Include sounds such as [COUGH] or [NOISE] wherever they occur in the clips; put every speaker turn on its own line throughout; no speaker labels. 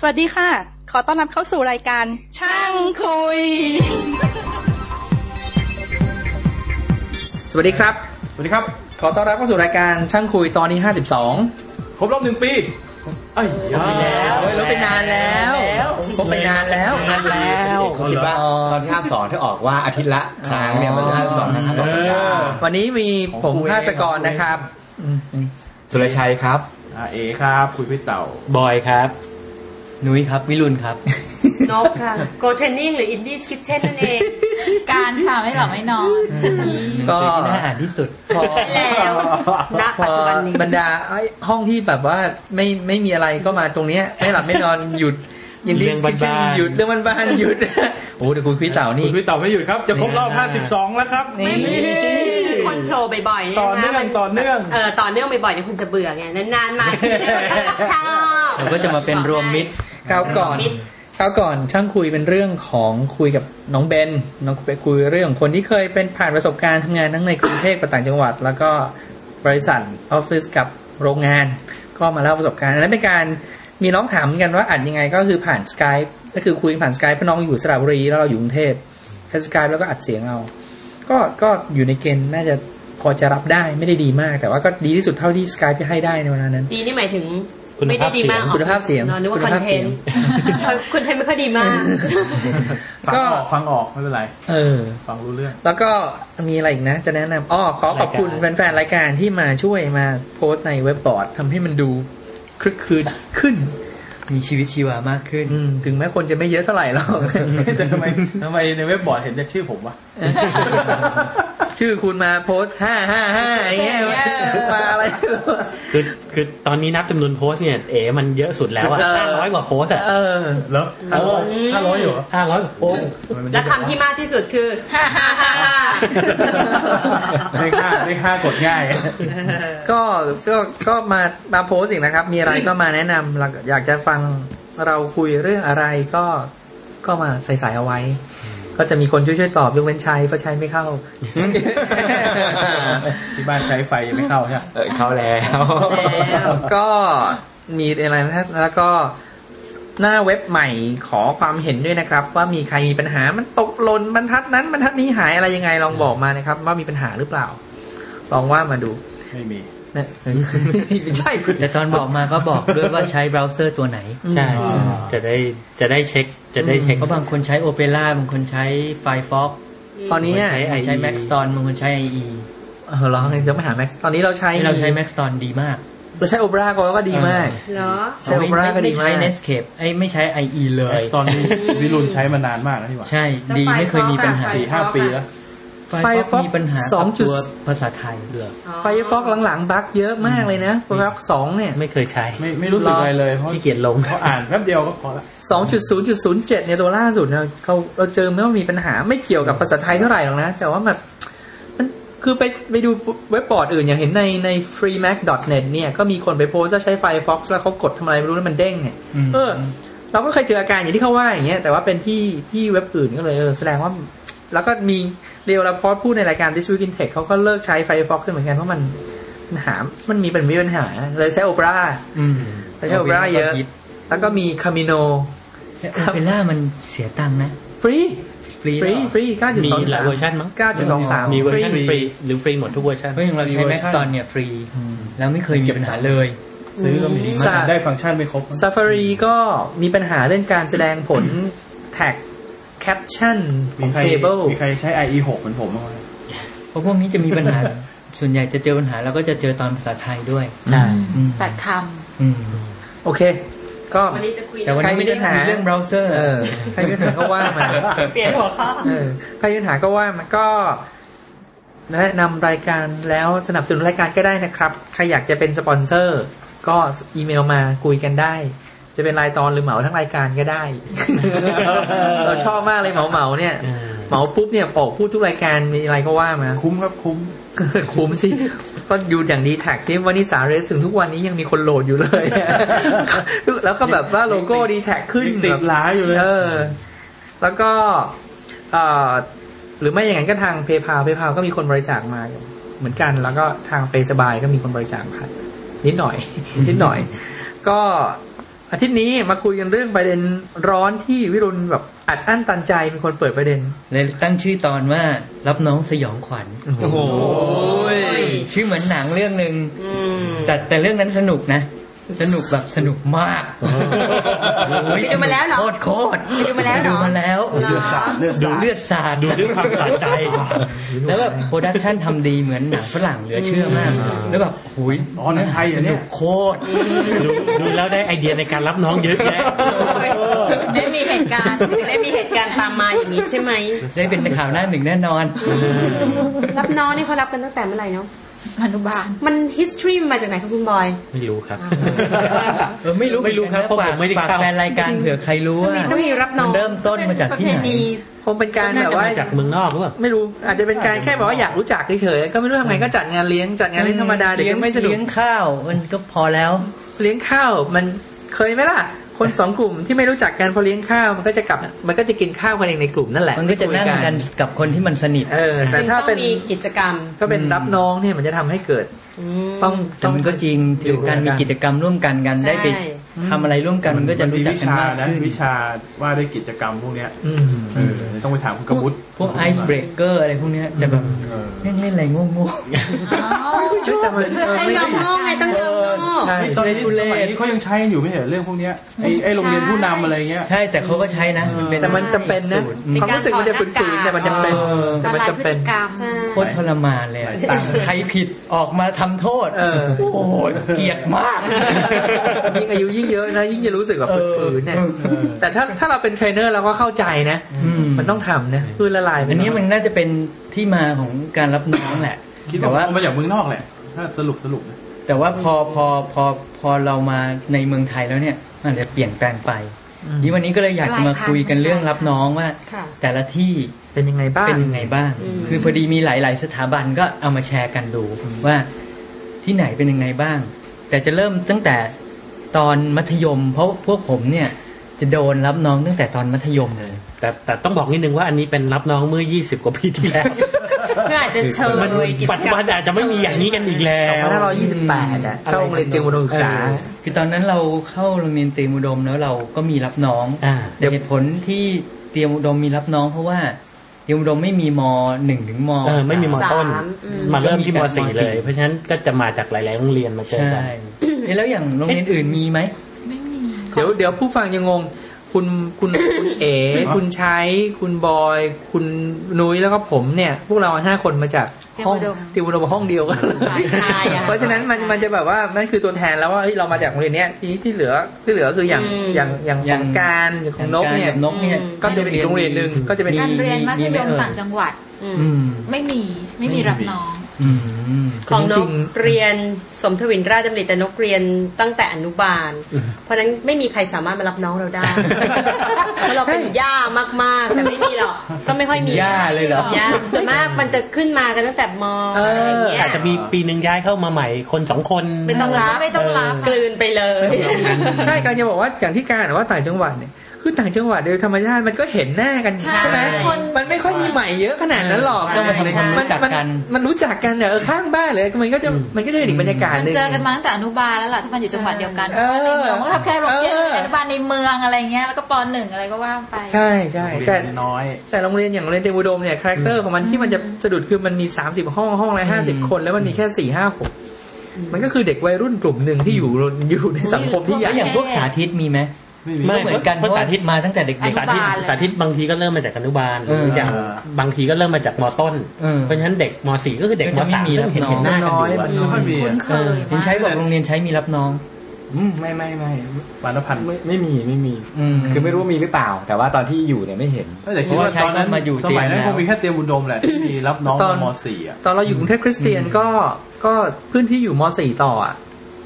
สวัสดีค่ะ ขอต้อนรับเข้าสู่รายการ ช่างคุย
สวัสดีครับ
สวัสดีครับ
ขอต้อนรับเข้าสู่รายการช่างคุยตอนที่52
ครบรอบหนึ่งปีไอ้ยา
เฮ้ยลดไปนานแล้วครบไปนานแล้ว
นานแล้วผมคิดว่าตอนที่ห้าสอนถ้าออกว่าอาทิตย์ละครั้งเนี่ยมันจะห้าสอนห้าสอน
เออ
วันนี้มีผมห้าสกรนะครับ
สุรชัยครับ
อาเอครับคุยพี่เต่า
บอยครับ นุ้ยครับ วิรุณครับ
นกค่ะ โกเทรนนิ่งหรืออินดี้สกิทเช่นนั่นเอง
การค่ะไม่หลับไม่นอน
ก็
น่าอ่านที่สุด
พอ
แล้วณ
พ
ปัจ
อ
จุบันนี้
บรรดาไอ้ห้องที่แบบว่าไม่ไม่มีอะไรก็มาตรงเนี้ยไม่หลับไม่นอนหยุดยินดี
เรื่อง
สกิชเช่น
บ้านๆ
หยุดเรื่องบ้านๆหยุด [LAUGHS] โอ้แต่คุณพี่เต่า
คุ
นี่
ยพี่เต่าไม่หยุดครับ จะครบรอบ
นี่
52 แล้วครับ
นี่
มีคนโผล่บ่อยๆ
ต่อเนื่อง
มั
ต่อเนื่อง
เออต่อเนื่องบ่อยๆเนี่ยคุณจะเบื่อไง นานๆมาทีชอบ
เราก็จะมาเป็นรวมมิตร
คราวก่อนคราวก่อนช่างคุยเป็นเรื่องของคุยกับน้องเบนน้องไปคุยเรื่องของคนที่เคยเป็นผ่านประสบการณ์ทำงานทั้งในกรุงเทพกับต่างจังหวัด แล้วก็บริษัทออฟฟิศกับโรงงาน ก็มาเล่าประสบการณ์อันนั้นเป็นการมีน้องถามเหมือนกันว่าอัดยังไงก็คือผ่านสกายก็คือคุยผ่านสกายเพราะน้องอยู่สระบุรีแล้วเราอยู่กรุงเทพใช้สกายแล้วก็อัดเสียงเอา ก็ก็อยู่ในเกณฑ์น่าจะพอจะรับได้ไม่ได้ดีมาก แต่ว่าก็ดีที่สุดเท่าที่สกายจะให้ได้ในเวลานั้น
ดีนี่หมายถึง
คุณ
ไม่ได้
ภาพ
ดี
เสียง
มาก
คุณภาพเสียง
นอะนึกว่า
คุณ
คอน
ภาพ
เท
เสีย
น
ง
ต์คุณเทนต์ไม่ค่อยดีมาก
ฟัง
ก็
ออกฟังออกไม่เป็นไร
เออ
ฟังรู้เรื่อง
แล้วก็มีอะไรอีกนะ จะแนะนำอ๋อขอขอบคุณแฟนๆ รายการที่มาช่วยมาโพสต์ในเว็บบอร์ดทำให้มันดูคลึกคลืนขึ้น
มีชีวิตชีวามากขึ้น
อืม ถึงแม้คนจะไม่เยอะเท่าไหร่ห [LAUGHS] รอก
แต่ทำไม [LAUGHS] ทำไมในเว็บบอร์ดเห็นแต่ชื่อผมวะ
ชื่อคุณมาโพสห้าห้าห้าอย่างเงี้ย
เย้
มาอะไร
คือคือตอนนี้นับจำนวนโพสต์เนี่ย เอ๋มันเยอะสุดแล้วอะ
เออ
ห้าร้อยกว่าโพสต์อะ
เออ
เหรอห้าร้อยห้าร้อยอยู่เหรอ
ห้าร้อยกว่าโพสต์
ทำไมมันเย
และ
อะ
คำที่มากที่สุดคือฮ่าฮ่าฮ่าฮ่า
เลขห้าเลขห้ากดง่าย
ก็ก็ก็มามาโพสต์อีกนะครับ มีอะไรก็มาแนะนำหลักอยากจะฟังเราคุยเรื่องอะไรก็ก็มาใส่ใส่เอาไว้ ก็จะมีคนช่วยช่วยๆตอบยกเว้นชัยเพราะชัยไม่เข้า [LAUGHS]
ที่บ้านใช้ไฟยังไม่เข้าใช่ไหม
เออเขาแล้ว
ก็มีอะไรนะแล้วก็หน้าเว็บใหม่ขอความเห็นด้วยนะครับ ว่ามีใครมีปัญหามันตกหล่นบรรทัดนั้นบรรทัดนี้หายอะไรยังไงลองบอกมานะครับ ว่ามีปัญหาหรือเปล่า ลองว่ามาดู
ไม่มี
นะไม่ใช่เพื่
แต่ตอนบอกมาก็บอกด้วยว่าใช้เบราว์เซอร์ตัวไหน
ใช่ จะได้จะได้เช็คจะได้เช็ค
เพราะบางคนใช้ Opera บางคนใช้ Firefox
ตอนนี้เนี่ย
บางคนใช้ Maxton บางคนใช้ IE
เออลองจะมาหาแม็กซ์ตอนนี้เราใช้
ที่เราใช้ Maxton ดีมาก
เราใช้โอเปร่าก็ดีมาก
เหรอ
ใช้ Opera ก็ดีมาก
ไม่ใช้ Netscape ไอ้ยไม่ใช้ IE เลย
ตอนนี้วิรุณใช้มานานมากแล้วนี่หว่า
ใช่ ดีไม่เคยมีปัญหา
สี่ห้าปีแล้ว
ไฟฟ็อกมีปัญหา
สอ
กั
ง
บ
จุด
ตัวภาษาไทยเ
ไฟฟอกหลังๆบั๊กเยอะมากเลยนะไฟฟอกสองเนี่ย
ไม่เคยใช้
ไม่ไม่รู้สึกอะไรเลยเพราะ
ขี้เกียจลง
เขาอ่านแป๊บเดียวก็พอละ
สองจุดศูนย์จุดศูนย์เจ็ดเนี่ยตัวล่าสุดเนี่ยเขาเราเจอไม่ว่ามีปัญหาไม่เกี่ยวกับภาษาไทยเท่าไหร่หรอกนะ แต่ว่ามันมันคือไปไปดูเว็บบอร์ดอื่นอย่างเห็นในใน freemac.net เนี่ยก็มีคนไปโพสต์ว่าใช้ Firefox แล้วเขากดทำอะไรไม่รู้แล้วมันเด้งเนี่ย
อืม
เออ เราก็เคยเจออาการอย่างที่เขาว่าอย่างเงี้ยแต่ว่าเป็นที่ที่เว็บอื่นก็เลยเออแสดงว่า แล้วก็มีเรียวราพอดพูดในรายการ This Week in Tech เขาก็เลิกใช้ Firefox ด้วยเหมือนกันเพราะมันมันหามันมีเป็นมีปัญหาเลยใช้ Opera
ไม่
ใช้ Opera เยอะแล้วก็มี Camino
โอเปร่ามันเสียตังค์นะ
ฟรี
ฟรี
ฟรีฟรี9.23
มีหลายเวอร์ชันมั้ง
9.23
มีเวอร์ชัน
ฟ
ฟรีหรือฟรีหมดทุกเวอร์ชัน
เพราะอย่างเราใช้ Max t o n เนี่ยฟรี แล้วไม่เคยมีปัญหาเลย
ซื้อก็มีมันได้ฟังก์ชันไม่ครบ
ซาฟารีก็มีปัญหาเรื่องการแสดงผลแท็กแคปชั่นข
มี
อง
ใคร
เทเบิล
มีใครใช้ IE 6เหมือนผมบ้างไหม
เพราะพวกนี้จะมีปัญหา ส่วนใหญ่จะเจอปัญหาแล้วก็จะเจอตอนภาษาไทยด้วย
ใช่
อืม
ตัดค
อืม
โอเค ก็
วันนี้จะคุย
แต่วันนี้ไม่ได้
ใครมีปัญหา
คุยเรื่องเบราว์เซอร์
เออใครมีปัญหาก็ว่ามา
เปลี่ยนหัวข้อ
เออใครมีปัญหาก็ว่ามาก็แนะนำรายการแล้วสนับสนุนรายการก็ได้นะครับใครอยากจะเป็นสปอนเซอร์ ก็อีเมลมาคุยกันได้ จะเป็นรายตอนหรือเหมาทั้งรายการก็ได้ [LAUGHS] เราชอบมากเลยเหมาเหมาๆเนี่ย
เออ
เหมาปุ๊บเนี่ยออกพูดทุกรายการมีอะไรก็ว่ามา [LAUGHS]
คุ้มครับคุ้ม
คุ้มสิ ก็ดูอย่างดีแท็กซิวันนี้สาเรสถึงทุกวันนี้ยังมีคนโหลดอยู่เลย [LAUGHS] แล้วก็แบบ
[LAUGHS]
ว่าโลโก้
ยังติด
ดีแท็กขึ้น
ยังติด
แบบ
หลาอยู่เลย
เออ แล้วก็เอ่อหรือไม่อย่างนั้นก็ทางเพย์พาเพย์พาก็มีคนบริจาคมา เหมือนกันแล้วก็ [LAUGHS] ทางเปสบายก็มีคนบริจาคผ่านนิดหน่อย นิดหน่อย ก็ อาทิตย์นี้มาคุยกันเรื่องประเด็นร้อนที่วิรุณแบบอัดอั้นตันใจเป็นคนเปิดประเด็น
เลยตั้งชื่อตอนว่ารับน้องสยองขวัญ
โอ้โห
ชื่อเหมือนหนังเรื่องหนึ่ง
อืม
แต่แต่เรื่องนั้นสนุกนะ สนุกแบบสนุกมาก
ไปดูมาแล้วเหรอ
โคตรโคตร
ไปดูมาแล้วเหรอ
ดูมาแล้ว
เหรอ
เลือด
ดู
สาด
เลือดสาด
ดูด้วยความสะใจ
แล้วแบบโปรดักชันทำดีเหมือนหนังฝรั่งเหลือเชื่อมาก แล้วแบบหุย
อ๋อหนังไทยเหรอ
ส
เนี่ย
นุกโคตร
ดูดูแล้วได้ไอเดียในการรับน้องเยอะแยะ
ไม่มีเหตุการณ์ไม่มีเหตุการณ์ตามมาอย่างนี้ใช่ไหม
ได้เป็นข่าวหน้าหนึ่งแน่นอน
รับน้องนี่เขารับกันตั้งแต่เมื่อไหร่เนาะ
อนุบาล
มัน history มันมาจากไหนครับคุณบอย
ไม่รู้ครับ
เออไม่รู้
ไม่รู้ครับ
หอนกันนะ
เพราะผมไม่ได้
ฝาก
เข้า
แฟนรายการเผื่อใครรู้ว่า
ต้องมีรับน้อง
มันเริ่มต้นมาจากที่ไหน
คงเป็นการแบบว่า
มาจากเมืองนอกหรือเปล่า
ไม่รู้อาจจะเป็นการแค่แบบว่าอยากรู้จักเฉยๆก็ไม่รู้ทำไงก็จัดงานเลี้ยงจัดงานเลี้ยงธรรมดาเด็กก็ไม่สนุก
เลี้ยงข้าวมันก็พอแล้ว
เลี้ยงข้าวมันเคยไหมล่ะ คนสองกลุ่มที่ไม่รู้จักกันพอเลี้ยงข้าวมันก็จะกลับมันก็จะกินข้าวกันเองในกลุ่มนั่นแหละ
มันก็จะนั่งกันกับคนที่มันสนิท
เออ แต่
จึง
ถ้า
ต้อง
เป็น
มีกิจกรรม
ก็เป็นรับน้องเนี่ยมันจะทำให้เกิด
อืม
ต้อง
แต่
ต้อง
มันก็จริง
อยู่
ถือการ
ร่วมกัน
มีกิจกรรมร่วมกันกัน
ใช่
ได้ไปทำอะไรร่วมกันมันก็จะรู้จัก
วิ
กั
ชาม
นาก
นะ
ขึ้น
วิชาว่าด้วยกิจกรรมพวกเนี้ย
อืม
เออต้องไปถามคุณกบุตร
พวกไอซ์เบรกเกอร์อะไรพวกเนี้ยแต่แบบ
เออ
เล่นเล่นอะไรโง่
แต่มัน
เพื่อ
เออ
ให้
ไม่ได้
น้องน้องไงต้องน้องน้อง
ใช่
ตอนนี้ทุเรศนี่เขายังใช้อยู่ไม่เห็นเรื่องพวกเนี้ยไอ้ไอ้โรงเรียนผู้นำอะไรเงี้ย
ๆใช่แต่เขาก็ใช้นะมันเป็น
แต่มันจำเป็นนะความรู้สึกมันจะฝืนๆแต่มันจำเป็น
เออ
แต่มันจำเป็น
ละลายพฤติกรรม
โคตรทรมานเลยอะ
หลายตังค์
ใครผิดออกมาทำโทษ
เออ
โอ้ยเกลียดมาก
ยิ่งอายุยิ่งเยอะนะยิ่งจะรู้สึกแบบ
เออ
ฝืนๆเนี่ยแต่ถ้าถ้าเราเป็นเทรนเนอร์เราก็เข้าใจนะ
อืม
มันต้องทำนะคือละลายไป
อันนี้มันน่าจะเป็นที่มาของการรับน้องแหละ
คิด
แต่ว่า
ว่ามาจากเมืองนอกแหละ ถ้าสรุปสรุปนะ
แต่ว่าพอพอพอพอเรามาในเมืองไทยแล้วเนี่ยมันอาจจะเปลี่ยนแปลงไปนี่วันนี้ก็เลยอยากจะมาคุยกันเรื่องรับน้องว่า
ค่ะ
แต่ละที่
เป็นยังไงบ้าง
เป็นยังไงบ้าง
อืม
คือพอดีมีหลาย ๆ สถาบันก็เอามาแชร์กันดูว่าที่ไหนเป็นยังไงบ้าง แต่จะเริ่มตั้งแต่ตอนมัธยม เพราะพวกผมเนี่ยจะโดนรับน้องตั้งแต่ตอนมัธยมเลย
แต่แต่ต้องบอกนิดนึงว่าอันนี้เป็นรับน้องเมื่อ 20 กว่าปีที่แล้ว
เพื่ออาจจะเชิญ
มัน
กิจกร
ปัจจุบั
ร
น
ม
อาจจะไม่มีอย่างนี้กันอีกแล้ว
2528อ่ะเข้าโรงเรียนเตรียมอุดมศึกษา
เออ
คือตอนนั้นเราเข้าโรงเรียนเตรียมอุดมแล้วเราก็มีรับน้อง
อ่า
เดี๋ยวเหตุผลที่เตรียมอุดมมีรับน้องเพราะว่าเตรียมอุดมไม่มีมหนึ่งถึงม
เออไม่มีม
สา
สา
ต้น
มอืม
มาเริ่มที่มสี่
มสี่
เลย เพราะฉะนั้นก็จะมาจากหลาย ๆ โรงเรียนมาเจอ
ใช่ [COUGHS]
กัน
เอ๊ะแล้วอย่างโรงเรียนอื่นมีไหม
ไม่มี
เดี๋ยวเดี๋ยวผู้ฟังจะงง คุณคุณคุณเอ๋ คุณชัยคุณบอย คุณนุ้ยแล้วก็ผมเนี่ย พวกเราห้าคนมาจากห้องติวอุดมห้องเดียวกัน
ฝ่ายชายอะ
[LAUGHS] เพราะฉะนั้นมันมันจะแบบว่านั่นคือตัวแทนแล้วว่าเฮ้ยเรามาจากโรงเรียนเนี้ยทีนี้ที่เหลือที่เหลือคืออย่าง
อืม
อย่างอย่างข
อย่า
อง งการอย่างของนกเนี่ย
นกเนี่ย
ก็จะเป็นอีกโรงเรียนหนึ่งก็จะเป็น
การเรียนมัธยม
มีไหมเอ่ย
ต่างจังหวัด
อืม
อืม
ไม่มี ไม่มีรับน้อง
อืม
ของน
จริ
ก
ง
เรียนสมทวินราชดำริแต่นกเรียนตั้งแต่อนุบาล เพราะฉะนั้นไม่มีใครสามารถมารับน้องเราได้ เพราะเราเป็นย่ามากๆ แต่ไม่มีหรอกก็ไม่ค่อยมี
ย่าเลยเหรอย่
าส่วนมากมันจะขึ้นมากันตั้งแต่มอะไรอย่างเงี้ย
อาจจะมีปีหนึ่งย้ายเข้ามาใหม่คนสองคน
ไม่ต้องรับ
ไม่ต้องรับ
กลืนไปเลย
ใช่การจะบอกว่าอย่างที่การบอกว่าต่างจังหวัดเนี่ยคือต่างจังหวัดโดยธรรมชาติมันก็เห็นหน้ากัน
ใช่
ไหม
คน
มันไม่ค่อยมีใหม่เยอะขนาดนั้นหรอก
ก็มาทำความรู้จัก
มัน
กัน
มันรู้จักกันเนี่ยเออข้างบ้านเลยมันก็จะมันก็จะเป็นอีกบรรยากาศ
มัน
หนึ่ง
เจอกันมาตั้งแต่อนุบาลแล้วล่ะที่มันอยู่จังหวัดเดียวกัน
เออ
ในเมืองก็แค่โรงเรียน
เออ
อนุบาลในเมืองอะไรเงี้ย แล้วก็ปหนึ่งอะไรก็ว่าไป
ใช่ใช่
โรงเรีย
แต่
นน้อย
แต่โรงเรียนอย่างโรงเรียนเตรียมอุดมเนี่ยคาแรคเตอร์ของมันที่มันจะสะดุดคือมันมี 30 ห้องห้องละห้าสิบคน แล้วมันมีแค่สี่ห้าหกมันก็คือเด็กวัยรุ่นกลุ่มหนึ่งที่อยู่อยู่ในสังคมที่ให
แล้ว
ญ่
อย่างพวกสาธิตมีไหม
ไม่มี
ไม่
เหมือนกันเพ
เพราะ
ราะสา
สา
ธิ
ธิ
ต
ต
มาตั้งแต่เด็
อนุ
ก
สาธิต
บาลเลย
สาธิตบางทีก็เริ่มมาจากอนุบาลหรือ
เออ
อย่าง
เออ
บางทีก็เริ่มมาจากมต้น
เออ
เพราะฉะนั้นเด็กมสี่ก็คือเด็ก
ก็
ม
จะไม่
สาม
มี
ซึ่งเห็น
รับน้อง
เห็นหน้า
น้อยมัน
ไม่ค่
กันอยู่อะ
อยมี
คุ้น
อ่ะ
ๆ
เคย
ถึงใช้บอกโรงเรียนใช้มีรับน้อง
อืมไม่ไม่ไม่
บานพันธุ์
ไม่ไม่มีไม่มี
อืม
คือไม่รู้ว่ามีหรือเปล่า แต่ว่าตอนที่อยู่เนี่ยไม่เห็น
แต่คิดว่าตอนนั้น
เพราะว่าใช้มาอยู่
สมัยนั้น
เต
ค
รียมแล้ว
งมีแค่เตรียมอุดมแหละที่มีรับน้อง
ตอน
มสี่อ่ะ
ตอนเราอยู่กรุงเทพคริสเตียนก็ก็เพื่อนที่อยู่ม .4 ต่ออ่ะ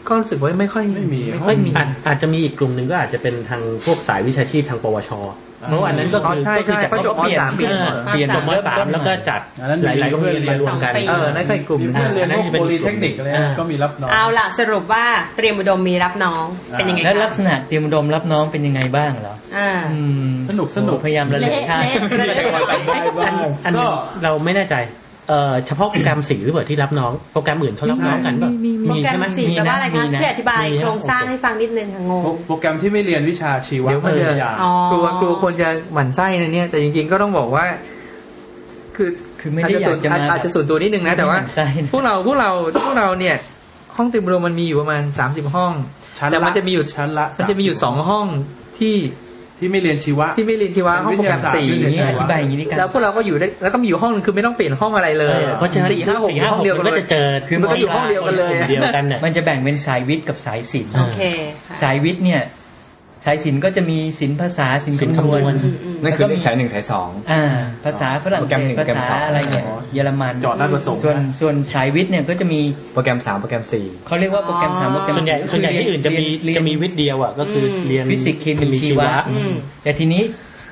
ก็รู้สึกว่าไม่ค่อย
ไม่มี
ไม่
เพราะ
ค่อยมี
อาจอาจจะมีอีกกลุ่มหนึ่งก็อาจจะเป็นทางพวกสายวิชาชีพทางปวช
อ่ะ
เมื่อวานนั้นก็
อ๋อ
คือ
ใช่
ก็คือ
ใช่
จาก
เพราะจบม
เปลี่ยน
สาม
เปลี่ยน
เปลี่ยนจบมสามแล้วก็จัด
อันนั้น
หลายๆโรงเรียน
เรีย
มาน รวมกัน
สองปี
เออนั่นคือกลุ่ม
มี
ห
เพื่อนเรียนพวก
อ่า
โพลีเทคนิคอะไร
อ่า
ก็มีรับน้อง
เอาล่ะสรุปว่าเตรียมอุดมมีรับน้อง
อ่า
เป็นยังไง
แล้วลัก
คะ
ษณะเตรียมอุดมรับน้องเป็นยังไงบ้างเหรอ
อ่า
อืม
สนุกสนุก
พยายามระลึกชาติ
เละเละ
อัน
ก็
เราไม่แน่ใจ เอ่อเฉพาะโปรแกรมสีหรือเปล่าที่รับน้องโปรแกรมอื่นเขารับน้องกันป่ะ
โปรแกรม
ใช่ไห
สีแปลว่าอะไรคะ
มีน
ช่วยอธิบาย
มีนะ
โครงสร้าง
โอเ
ให้ฟังนิดนึงค่ะงง
โปรโปรแกรมที่ไม่เรียนวิชาชีวะ
เดี๋ยวมัน
วิ
จะ
ทยา
อ๋อ
กลัวกลัวคนจะหมั่นไส้นะเนี่ย แต่จริงๆก็ต้องบอกว่า คือ
คือไม่ได้อยากจะมา
อจอาจจะส่วนตัวนิดนึงนะแต่ว่า
ใช่นะ
พวกเราพวกเราพวกเราเนี่ย ห้องติมรวมมันมีอยู่ประมาณสามสิบห้อง
ชั้น
แต่
ละ
มันจะมีอยู่
ชั้นละ
มันจะมีอยู่สองห้องที่
ที่ไม่เรียนชีวะ
ที่ไม่เรียนชีวะห้องโปรแกรมสี่
เป็นวิทยาศาสตร์
นี่อธิบายอย่างนี้ดีกัน
แล้วพวกเราก็อยู่ได้แล้วก็มีอยู่ห้องนึงคือไม่ต้องเปลี่ยนห้องอะไรเล
เอย อเพราะฉะนั้น
สี่ห้าหก
สี่ห้า
ห้
ห
อง
ก
เดียวกัน
ก็
เลย
จะเจอ
คือ
มันก็อยู่ห้องเดียวกันเลย
เดียวกันเนี่ย
มันจะแบ่งเป็นสายวิทย์กับสายศิลป์
อ่า
โอเคค่ะ
สายวิทย์เนี่ย สายศิลป์ก็จะมีศิลป์ภาษาศิลป์
ศิลป์
คำนวณ
คำนวณ
อืมอืม
นั่นคือ
แล้วก็มี
สายหนึ่งสายสอง
อ่า ภาษาฝรั่ง
โปรแกร
เศ
มห
ส
นึ่งโปร
ภาษา
แกรมสอง
อะไรเนี่ยเยอรมัน
จอดราชประสงค์
ส่วน
นะ
ส่วนสายวิทย์เนี่ยก็จะมี
โปรแกรมสามโปรแกรมสี่
เขาเรียกว่าโปรแกรมสามโปรแกรม
ส่วนใหญ่
ก็คื
ส่วนใหญ่ที่อื่นจะมี
เรีย
จะมีวิทย์เดียวอ่ะก็คือเรียน
ฟิสิกส์เคมีชีวะ
อืม
แต่ทีนี้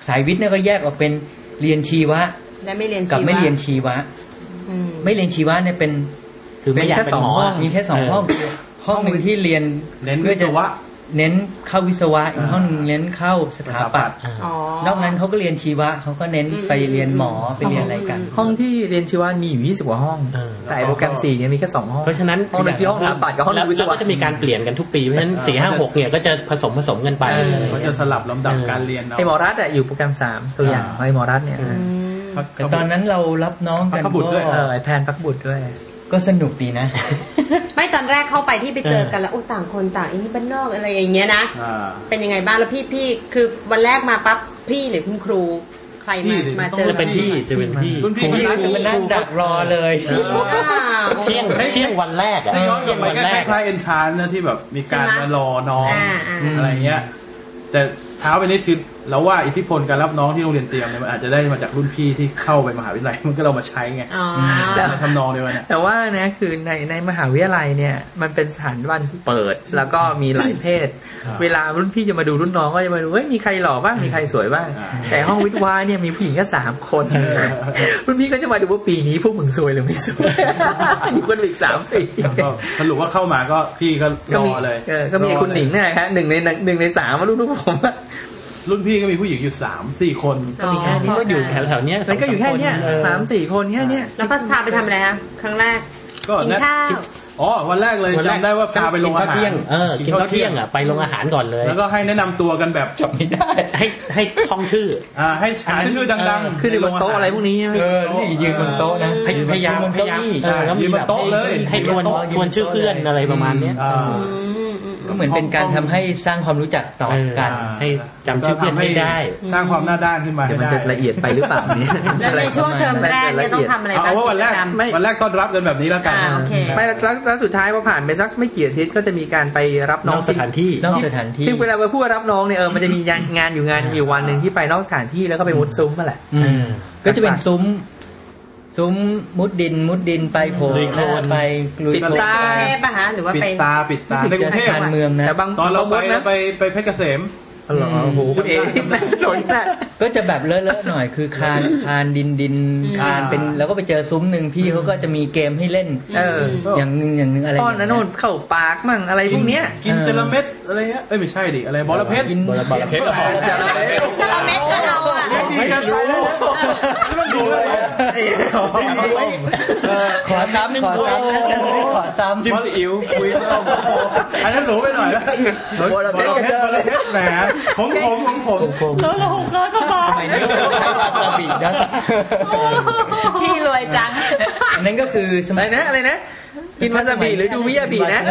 สายวิทย์เนี่ยก็แยกออกเป็นเรียนชีวะ
และไม่เรียนชีวะ
กับไม่เรียนชีวะ
อืม
ไม่เรียนชีวะเนี่ยเป็น
คือไม่อยากเป็นหมอ
มีแค่สองห้องห้องหนึ่งที่เรียน
เน้น
พื่
วิ
อ
ศ
จะ
วะ
เน้นเข้าวิศวะอีกห้องหนึ่งเน้นเข้าสถาปัตย์
เออ
อ๋อ
นอกนั้นเขาก็เรียนชีวะเขาก็เน้น
อืม
ไปเรียนหมอไปเรียนอะไรกัน
ห้องที่เรียนชีวะมีอยู่ยี่สิบกว่าห้อง
เออ
แต่โปรแกรมสี่เนี่ยมีแค่สองห้อง
เพราะฉะนั้น
ห้องหนึ่งชื่อห้องสถาปัตย์กับห้องหนึ่งวิศวะ
แล้ก็จะมีการเปลี่ยนกันทุกปี เพราะฉะนั้นสี่ห้าหกเนี่ยก็จะผสมผสมกันไปอะไรอย่าง
เขา
เงี้
จะ
ย
สลับลำดับการเรียนเอา
ไอหมอรัฐอะอยู่โปรแกรมสามตัวอย่าง
อ่า
ไอหมอรัฐเนี่ย
อืม
แต่ตอนนั้นเรารับน้องกัน
พักบุตร
ก็
ด้วย
เออไอแพนพักบุตรด้วย
ก็สนุกดีนะ
ไม่ตอนแรกเข้าไปที่ไปเจอ
เออ
กันแล้วโอ้ต่างคนต่างไอันนี้บ้านนอกอะไรอย่างเงี้ยนะ
อ่า
เป็นยังไงบ้างแล้วพี่พี่คือวันแรกมาปั๊บพี่หรือคุณครูใคร
พี่
มา
ดิ
มาเจอ
จะเป็นพี่จะเป็นพี่
รุ่นพี่ค
ผม
น
นี่
นั้น
คือมันนั่งดักรอเลย
อ้าว
เที่ยงเที่ยงวันแรกอะ
ไอ้ย้อนกลั
เที่
บ
ยง
ไป
วัน
ก็
แร
ค
ก
ล้ายๆเอนทรานนะที่แบบมีการมารอน้อง
อ่าอ่า
อะไรเงี้ย แต่เท้าไปนิดคือเราว่าอิทธิพลการรับน้องที่โรงเรียนเตรียมเนี่ยมันอาจจะได้มาจากรุ่นพี่ที่เข้าไปมหาวิทยาลัย [LAUGHS] มันก็เรามาใช้ไง
อ๋อ
มาทำนองเดียวกันเนี่ย
แต่ว่านะคือในในมหาวิทยาลัยเนี่ย มันเป็นสถานบันเปิด แล้วก็มีหลายเพศ เวลารุ่นพี่จะมาดูรุ่นน้องก็จะมาดูเฮ้ยมีใครหล่อบ้างมีใครสวยบ้าง แต่ห้องวิทย์วาเนี่ยมีผู้หญิงแค่สามคน รุ่นพี่ก็จะมาดูว่าปีนี้พวกมึงสวยหรือไม่สวย อยู่กันไปอีกสามปี
แล้วก็สรุปว่าเข้ามาก็พี่ก็ร
ก็มี
อเลย
เออก็มี
รอเลย
คุณหนิงเนี่ยนะครับหนึ่งในหนึ่งในสามรุ่นลูกผมอะ
รุ่นพี่ก็มีผู้หญิงอยู่สามสี่คน
ก็มีแค่นี้
ก็อยู่แถวแถวๆเนี้ย
มันก็อยู่แค่เนี้ย
ออ
สามสี่คนแค่เนี้ย
แล้วพาไปทำอะไรคะครั้งแรก
ก็
กินข้าว
อ๋อวันแรกเลย
วันแรก
จำได้ว่าพาไปลงอาหาร
เที่ยงเออกินข้าวเที่ยงอ่ะไปโรงอาหารก่อนเลย
แล้วก็ให้แนะนำตัวกันแบบ
จบไม่ได้
ให้ให้ท่องชื่อ
อ่าให้ฉานชื่อดัง
เออ
ๆ
ขึ้นในบนโต๊ะอะไรพวกนี้ใช่ไหม
เออนี่ยืนบนโต๊ะนะ
พยพยายามพยายาม
ใช่
เออแล้ว
ยื
มี
นบ
แบ
น
บ
โต๊ะเลย
ให้ทวน
ยืนบนโต๊ะ
ทวนชื่อเพื่อนอะไรประมาณเนี้ย
อ่า
อืมอืมอื
ก็
ม
เหมือนเป็นการทำให้สร้างความรู้จักต่อกัน
เออให้จำชื่อเพื่อนให้ได้
สร้างความหน้าด้านขึ้นมา
เดี๋ยวมัน
ให้
จะ
ได้
ละเอียดไปหรือเปล่าเนี่ย
แล้วในช่วงเทอมแรกเนี่ยต้องทำอะไรบ้า
เอา
ง
ว่าวันแรก
จรรม
วันแรกต้อนรับกันแบบนี้แล้วกัน
อ่าโอเค
ไม่แล้วแล้วแล้วสุดท้ายพอผ่านไปสักไม่กี่อาทิตย์ก็จะมีการไปรับ
น
น้อ
อง กสถานที่
นอกสถานที่
ซึ่งเวลาไปพูดว่ารับน้องเนี่ยเออมันจะมีงานงานอยู่งานอยู่วันหนึ่งที่ไปนอกสถานที่แล้วก็ไปมุดซุ้มมาแหละ
[LAUGHS] อืมก็จะเป็นซุ้ม ซุ้มมุดดิน มุดดินไปโผล่
ลุยโคลน
ไปลุย
ปิด
โคลน
ตา
เทพปะคะหรือว่า
ปิด
ไป
ตาปิดตา
รู้
ใน
สึก
ก
จะ
รุงเทพ
ชานเมืองนะ
แต่บาง
ตอนเราไป
บงมุด
เรา
นะ
ไปไปเพชรเกษม
อ๋อเหรอโอ้โหคุณเอ๋แม่งหล่นนะ
ก็จะแบบเลอะๆหน่อยคือคาน [COUGHS] คานดินดินคานเป็นแล้วก็ไปเจอซุ้มหนึ่งพี่เขาก็จะมีเกมให้เล่น
เออ
อย่างหนึ่งอย่างหนึ่งอะไร
ป้อนนั้นโน่นเข้าปากมั่งอะไรพวกเนี้ย
กินจระเม็ดอะไรเงี้ยเอ้ยไม่ใช่ดิอะไรบอระเพ็ด
กิน
บอระเพ็ด
จระเม็ด
จระเม็ดก็เราอ่ะ
ดีกันไปแล้วไม่ต้องดูเลย
ขอซ้ำขอซ้ำขอซ้ำ
จิ้มซีอิ๊วคุยเรื่อง
อันนั้นหนูไปหน่อยนะ
บอระเม็ดกับจระเม็ด
แหมของผมของผม
สมัยนี้ไม่ต้องใช้วาซาบินะ
พี่รวยจัง
อันนั้นก็คือส
อะ
มั
ไร
ย
นะอะไรนะ กินวาซาบิหรือดูมิยาบินะ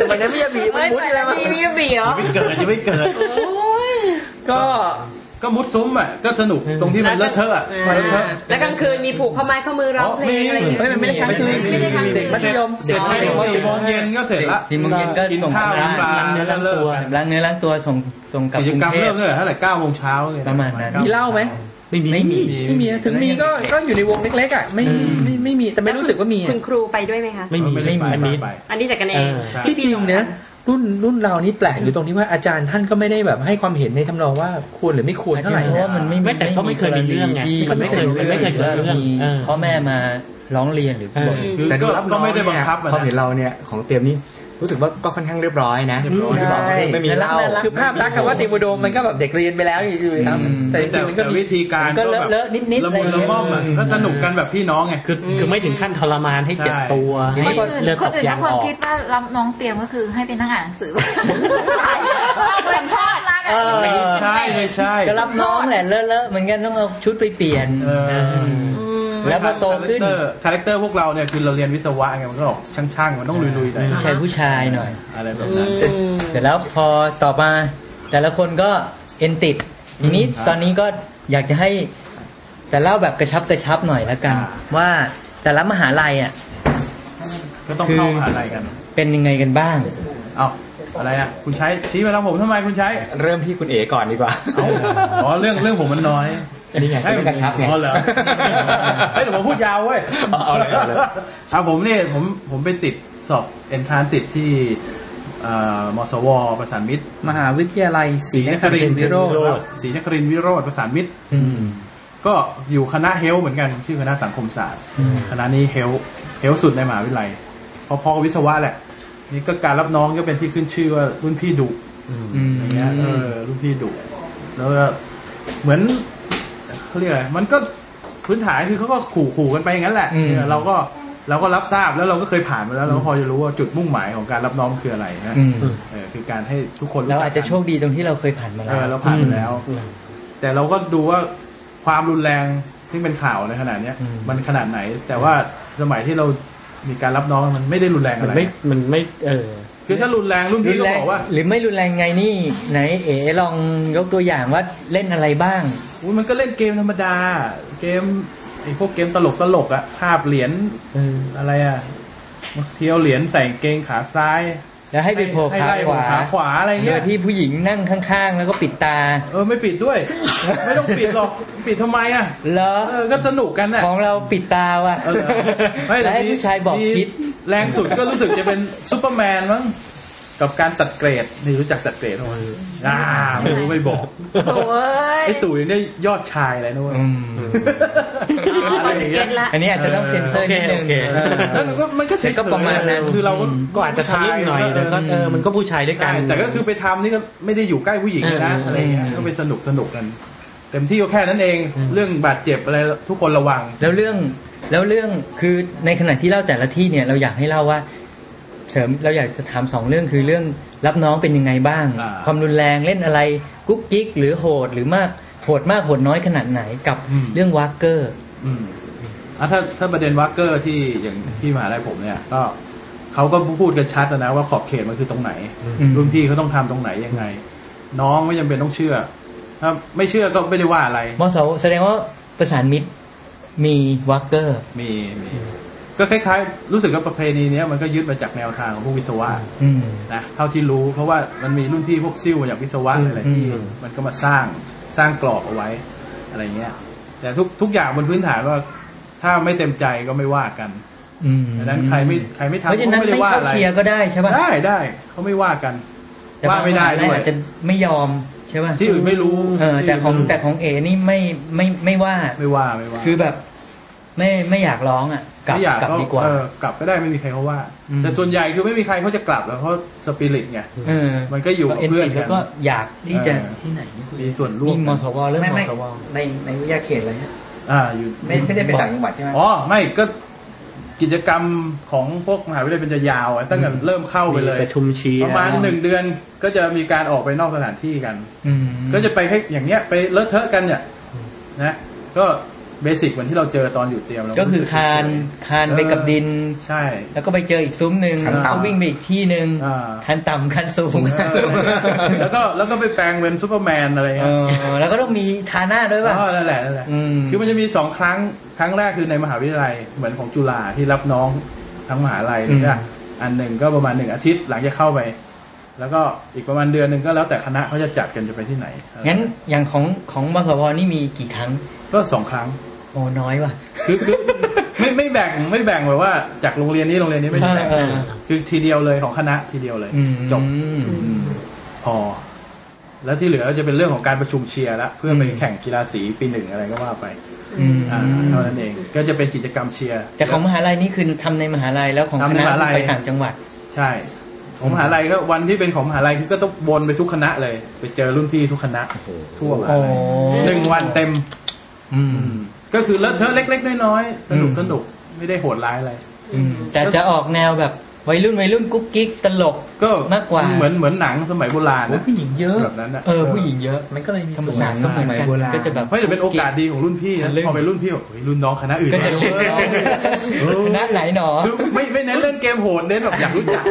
สมัยนั้นมิยาบิมันมุดอะไรมา
มีมีเบียว
ไม่เกิดยังไม่เกิด
ก็
ก็มุดซุ้มอ่ะก็สนุกตรงที่มันเลอะเทอะอะมันเลอะเทอะ
แล้วกลางคืนมีผูกข้อไม้ข้อมือร้องเพลงอะไรอย่างเงี้ย
ไม่มันไม่ได้ครั้งคืน
ไม่ได้ครั้งคืน
เด็กมัธยม
เสร็จไม่ถึงสี่โมงเย็นก็เสร็จละ
สี่โมงเย็นก็
กิน
ส่งกลั
ข้าว
บ
กินปลา
บ้าน
แล้วเลิกกัน
ล้างเนื้อล้างตัวส่งส่งกลับ
กิ
ก
จ
รุง
กรรม
เทพ
เริ่มตั้งแต่เท่าไหร่เก้าโมงเช้าเลย
ประมาณนั้น
มีเหล้าไหม
ไม่มี
ไม่มี
ไม่มีนะถึงมีก็ก็อยู่ในวงเล็กๆอ่ะไม่ไม่ไม่มีแต่ไม่รู้สึกว่ามี
คุณ
อ่ะ
ครูไปด้วยไหมคะ
ไม่มี
ไม่
อัน
มี
นี้
ไป
อันนี้จากกันเอง
เออ
ที่จริงนะรุ่นรุ่นเรานี่แปลกอยู่ตรงที่ว่าอาจารย์ท่านก็ไม่ได้แบบให้ความเห็นในทำนองว่าควรหรือไม่ควร
อา
เท่า
จา
ไห
ร
ร่
ย์เพ
นะ
ราะว่ามันไม่
ไม่แต่ก็ไม่เคยมีเรื่องไง
ที่
ไม่เคย
น
ไม่เคยเกิดเรื่อง
มี
เออ
พ่อแม่มาร้องเรียนหรือบ่น
แต่ดู
ก็
รับ
ก็
น้อง
ไม่ได้
เนี่ย
บังคับอะนะ
ความเห็นเราเนี่ยของเตรียมนี่ รู้สึกว่าก็ค่อนข้างเรียบร้อยนะ
เรียบร้อย
ที่บอกว่าไม่มีเหล้า
คือภาพลักษณ์คำว่าติวโดมมันก็แบบเด็กเรียนไปแล้วอยู่ๆนะ
อืม
แต่จ
แต่
ริงๆมันก็
แต่
มี
วิธีการ
มันก็เลอะเลอะนิดๆ
ละมุน
อะไรอ
ละ
ย่างเงี้ย
ม่อมอ่ะก็สนุกกันแบบพี่น้องไง
คือคือไม่ถึงขั้นทรมานให้เจ็บ
ใช่
ตัว
ค
ให้
นอื่น
เลือด
ค
ต
น
ก
อื่น
ยา
ถ้าง ค
อน อก
คิดว่ารับน้องเตรียมก็คือให้ไปนั่งอ่านหนังสือสัมภาษณ์
เออ
ใช่ไม่ใช่
ก็รับน้องแหละเลอะเลอะๆเหมือนกันต้องเอาชุดไปเปลี่ยน
เออ
แล้วพอโตขึ้น
คาแรคเตอร์พวกเราเนี่ยคือเราเรียนวิศวะไงมันก็ออกช่างๆมันต้องลุยๆหน่อย
ผู้ชายผู้ชายหน่อย
อะไรแบบ
อื
นั้น
ม
เสร็จแล้วพอต่อมา แต่ละคนก็เอ็นติดทีนี้
ครับ
ตอนนี้ก็อยากจะให้ แต่เล่าแบบกระชับกระชับหน่อยแล้วกัน
อ่า
ว่าแต่ละมหาลัยอ่ะ
ก็ต้องเข้าหาอะไรกัน
เป็นยังไงกันบ้าง
เอาอะไรอ่ะคุณใช้ชี้มาทางผมทำไมคุณใช้
เริ่มที่คุณเอ๋ก่อนดีกว่า
เอ้าอ๋อเรื่องเรื่องผมมันน้อย
นี่ไงจะไม่กระชับไง
อ๋อเหร
[LAUGHS]
อเฮ้ยแต่ผมพูดยาวเว้ย
เอาเลยเอาเลย
อ่ะผมเนี่ยผมผมไปติดสอบเอนทรานติดที่เอ่อมสว ประสานมิตร
มหาวิทยาลัยศรีนครินทร์วิโรจน์
คบศรีนครินทร์วิโรจน์ประสานมิตร ก็อยู่คณะเฮลท์เหมือนกัน ชื่อคณะสังคมศาสตร์ คณะนี้เฮลท์เฮลท์สุดในมหาวิทยาลัยเพราะพอกับวิศวะแหละ นี่ก็การรับน้องก็เป็นที่ขึ้นชื่อว่ารุ่นพี่ดุ อย่างเงี้ยเออรุ่นพี่ดุแล้วก็เหมือนเขาเรียกอะไรมันก็พื้นฐานคือเขาก็ขู่ขู่กันไปอย่างนั้นแหละ
อืม
เออเราก็เราก็รับทราบแล้วเราก็เคยผ่านมาแล้ว เราก็พอจะรู้ว่าจุดมุ่งหมายของการรับน้องคืออะไรนะ
อืม
เออคือการให้ทุกคน
เรา
ก
อาจจะ
กัน
โชคดีตรงที่เราเคยผ่านมาแล้
เอ
ว
อเราผ่านมาแล้ว แต่เราก็ดูว่าความรุนแรงที่เป็นข่าวในขนาดเนี้ย มันขนาดไหน แต่ว่าสมัยที่เรามีการรับน้องมันไม่ได้รุนแรง
มั
อะ
น
ไร
ไม่มันไม่เออ
คือถ้ารุนแรงรุ่น
รุ
พี่
น
ก็
แรง
บอกว่า
หรือไม่รุนแรงไงนี่ไหนเอ๋ลองยกตัวอย่างว่าเล่นอะไรบ้าง
อุ๊ยมันก็เล่นเกมธรรมดา เกมไอ้พวกเกมตลกตลกๆอะคาบเหรียญอะไรอะเที่ยวเหรียญใส่กางเกงขาซ้าย
แล้วให้ไปโผล่
ให้
ขา
ล่
ขวา
ขาขวาอะไร
โด
เงี้
ย
ย
ที่ผู้หญิงนั่งข้าง ๆ แล้วก็ปิดตา
เออไม่ปิดด้วย [LAUGHS] ไม่ต้องปิดหรอกปิดทำไมอะ
แล้ว
เออก็สนุกกันอะ
[LAUGHS] ของเราปิดตาว่ะ
เออเหรอไม่
แล้ว
แต่
ให้
มี
ผู้ชายบอก
มี
ทิศ
แรงสุดก็รู้สึกจะเป็นซูเปอร์แมนมั้งกับการตัดเกรดนี่รู้จักตัดเกรดไหมอ่าไม่รู้ไม่บอก
โอ้ย
ไอ้ตู่ยังได้ยอดชายเลยนะเว้ย
พอจะเก็ตละ
อันนี้อาจจะต้องเซ็นเซอร์นิดนึง
โอเคโอเค
แล้วมันก็มันก็เฉยๆ
ก็ประมาณนั้น
คือเราก็
ก็อาจจะทะลึ่งหน่อยแต่ก็เออมันก็ผู้ชายด้วยกั
ใช่
น
แต่ก็คือไปทำนี่ก็ไม่ได้อยู่ใกล้ผู้หญิงเลยนะ
เอออ
อะไรเงี้ยก็ไปสนุกสนุกกันเต็มที่ก็แค่นั้นเองเรื่องบาดเจ็บอะไรทุกคนระวัง
แล้วเรื่องแล้วเรื่องคือในขณะที่เล่าแต่ละที่เนี่ยเราอยากให้เล่าว่า เสริมเราอยากจะถามสองเรื่องคือเรื่องรับน้องเป็นยังไงบ้าง
อ่า
ความรุนแรงเล่นอะไรกุ๊กกิ๊กหรือโหดหรือมากโหดมากโหดน้อยขนาดไหนกับเรื่องวากเกอร์
อืมอ่ะถ้าถ้าประเด็นวักเกอร์ที่อย่างที่มหาลัยผมเนี่ย ก็เขาก็พูดกันชัดแล้วนะว่าขอบเขตมันคือตรงไหน
อืม
รุ่นพี่เขาต้องทำตรงไหนยังไง น้องไม่จำเป็นต้องเชื่อ ถ้าไม่เชื่อก็ไม่ได้ว่าอะไร
มอสแสดงว่าประสานมิตรมีวากเกอร์
มีมีก็คล้ายๆ รู้สึกว่าประเพณีเนี้ยมันก็ยึดมาจากแนวทางของพวกวิศวะ
อืม
นะเท่าที่รู้เพราะว่ามันมีรุ่นพี่พวกซิ่วอย่างวิศวะ
อืม
อะไรที่
อืม
มันก็มาสร้างสร้างกรอบเอาไว้อะไรเงี้ย แต่ทุกทุกอย่างบนพื้นฐานว่า ถ้าไม่เต็มใจก็ไม่ว่ากัน
อืม
ดังนั้นใครไม่ใครไม่ทำ
เพราะฉะ
ก็
นั้น
ไม่
ไม่
ได้ว่า
เข้า
อะไร
เชียร์ก็ได้ใช่ป่ะ
ได้ได้เขาไม่ว่ากัน
แต่บ
ว่างไม่ได้
หลย
ด้วย
อาจจะไม่ยอมใช่ป่ะ
ที่อื่นไม่รู้
เออแต่ของ
ที่น
แต่ของเอนี่ไม่ไม่ไม่ว่า
ไม่ว่าไม่ว่า
คือแบบไม่ไม่อยากร้องอ่ะ กลับ
ไม่อยาก
กลับดีกว่า
เออกลับก็ได้ไม่มีใครเขาว่า
อืม
แต่ส่วนใหญ่คือไม่มีใครเขาจะกลับแล้วเพราะสปิริตไง
เออ
มันก็อยู่กับ
เอ็น
เพื่อน
ติด
กัน
แล้วก็อยากที่จะ
เออ
ที่ไหน
มีส่วนร่ว
นี่
ม
มสวเริ่ม
ไม่
ม
ไม่
สว
ในในวิทยาเขตอะไรเนี่ย
อ่าอยู่
ไม่ไม่ได้ไปต่างจังหวัดใช่ไหม
อ๋อไม่ก็กิจกรรมของพวกมหาวิทยาลัยเป็นจะยาวอะตั้งแต่เริ่มเข้าไปเลย
มีประชุมเชีย
ประมาณ
ร์
หนึ่งเดือนก็จะมีการออกไปนอกสถานที่กัน
อืม
ก็จะไปให้อย่างเนี้ยไปเลอะเทอะกันเนี่ยนะก็เบสิกเหมือนที่เราเจอตอนอยู่เตรียมเรา
ก็คือ
รู้สึ
คาน
เฉย
คาน
เออ
ไปกับดิน
ๆใช่
แล้วก็ไปเจออีกซุ้มหนึ่ง
คันต่ำ
ก็วิ่งไปอีกที่หนึ่ง
อ่า
คันต่ำคันสูง
แล้วก็แล้วก็ไปแปลงเป็นซูเปอร์แมนอะไร
เอ
เงี้ย
อแล้วก็ต้องมีทาหน้าด้วยป่ะ
อ๋อนั่นแหละนั่นแหละ
อืม
คือมันจะมีสองครั้ง ครั้งแรกคือในมหาวิทยาลัยเหมือนของจุฬาที่รับน้องทั้งมหาลัยเลยนะอันหนึ่งก็ประมาณหนึ่งอาทิตย์หลังจะเข้าไป แล้วก็อีกประมาณเดือนหนึ่งก็แล้วแต่คณะเขาจะจัดกันจะไปที่ไหน
งั้นอย่างของของมสวนี่มีกี่ครั้ง
ก็สองครั้ง
โอ้น้อยว่ะ
คือคือ [LAUGHS] ไม่ไม่แบ่งไม่แบ่งแบบว่าจากโรงเรียนนี้โรงเรียนนี้ไม่ได้แบ่ง
เออเออ
คือทีเดียวเลยของคณะทีเดียวเลย
อืม
จบ อืมพอ แล้วที่เหลือก็จะเป็นเรื่องของการประชุมเชียร์ละเพื่อไป
อืม
แข่งกีฬาสีปีหนึ่งอะไรก็ว่าไป
อืม
อ่าเท่านั้นเองก็จะเป็นกิจกรรมเชียร์
แต่ของมหาลัยนี่คือทำในมหาลัยแล้วของ
ทำ
ค
ใน
ณะ
มหาลัย
ไปต่างจังหวัด
ใช่ ของมหาลัยก็วันที่เป็นของมหาลัยคือก็ต้องวนไปทุกคณะเลย ไปเจอรุ่นพี่ทุกคณะทั่วมหาลัยหนึ่งวันเต็ม ก็คือเลอะเทอะเล็ก ๆ น้อยๆสนุกสนุกไม่ได้โหดร้ายอะไร
แต่จะออกแนวแบบวัยรุ่นวัยรุ่นกุ๊กกิ๊กตลก
ก็
มากกว่า
เหมือนเหมือนหนังสมัยโบราณนะ
ผู้หญิงเยอะ
แบบนั้นนะ
เออผู้หญิงเยอะ
มันก็เลยมี
ธรรม
ส่วน
ศาสตร์ก็เหมือนกันก็จะแบบ
เพราะจะเป็นโอกาสดีของรุ่นพี่นะพอเป็นรุ่นพี่บอกเฮ้ยรุ่นน้องคณะอื่น
ก็จะเล่น
เออ
คณะไหนหนอ
คือไม่ไม่เน้นเล่นเกมโหดเน้นแบบอยากรู้จัก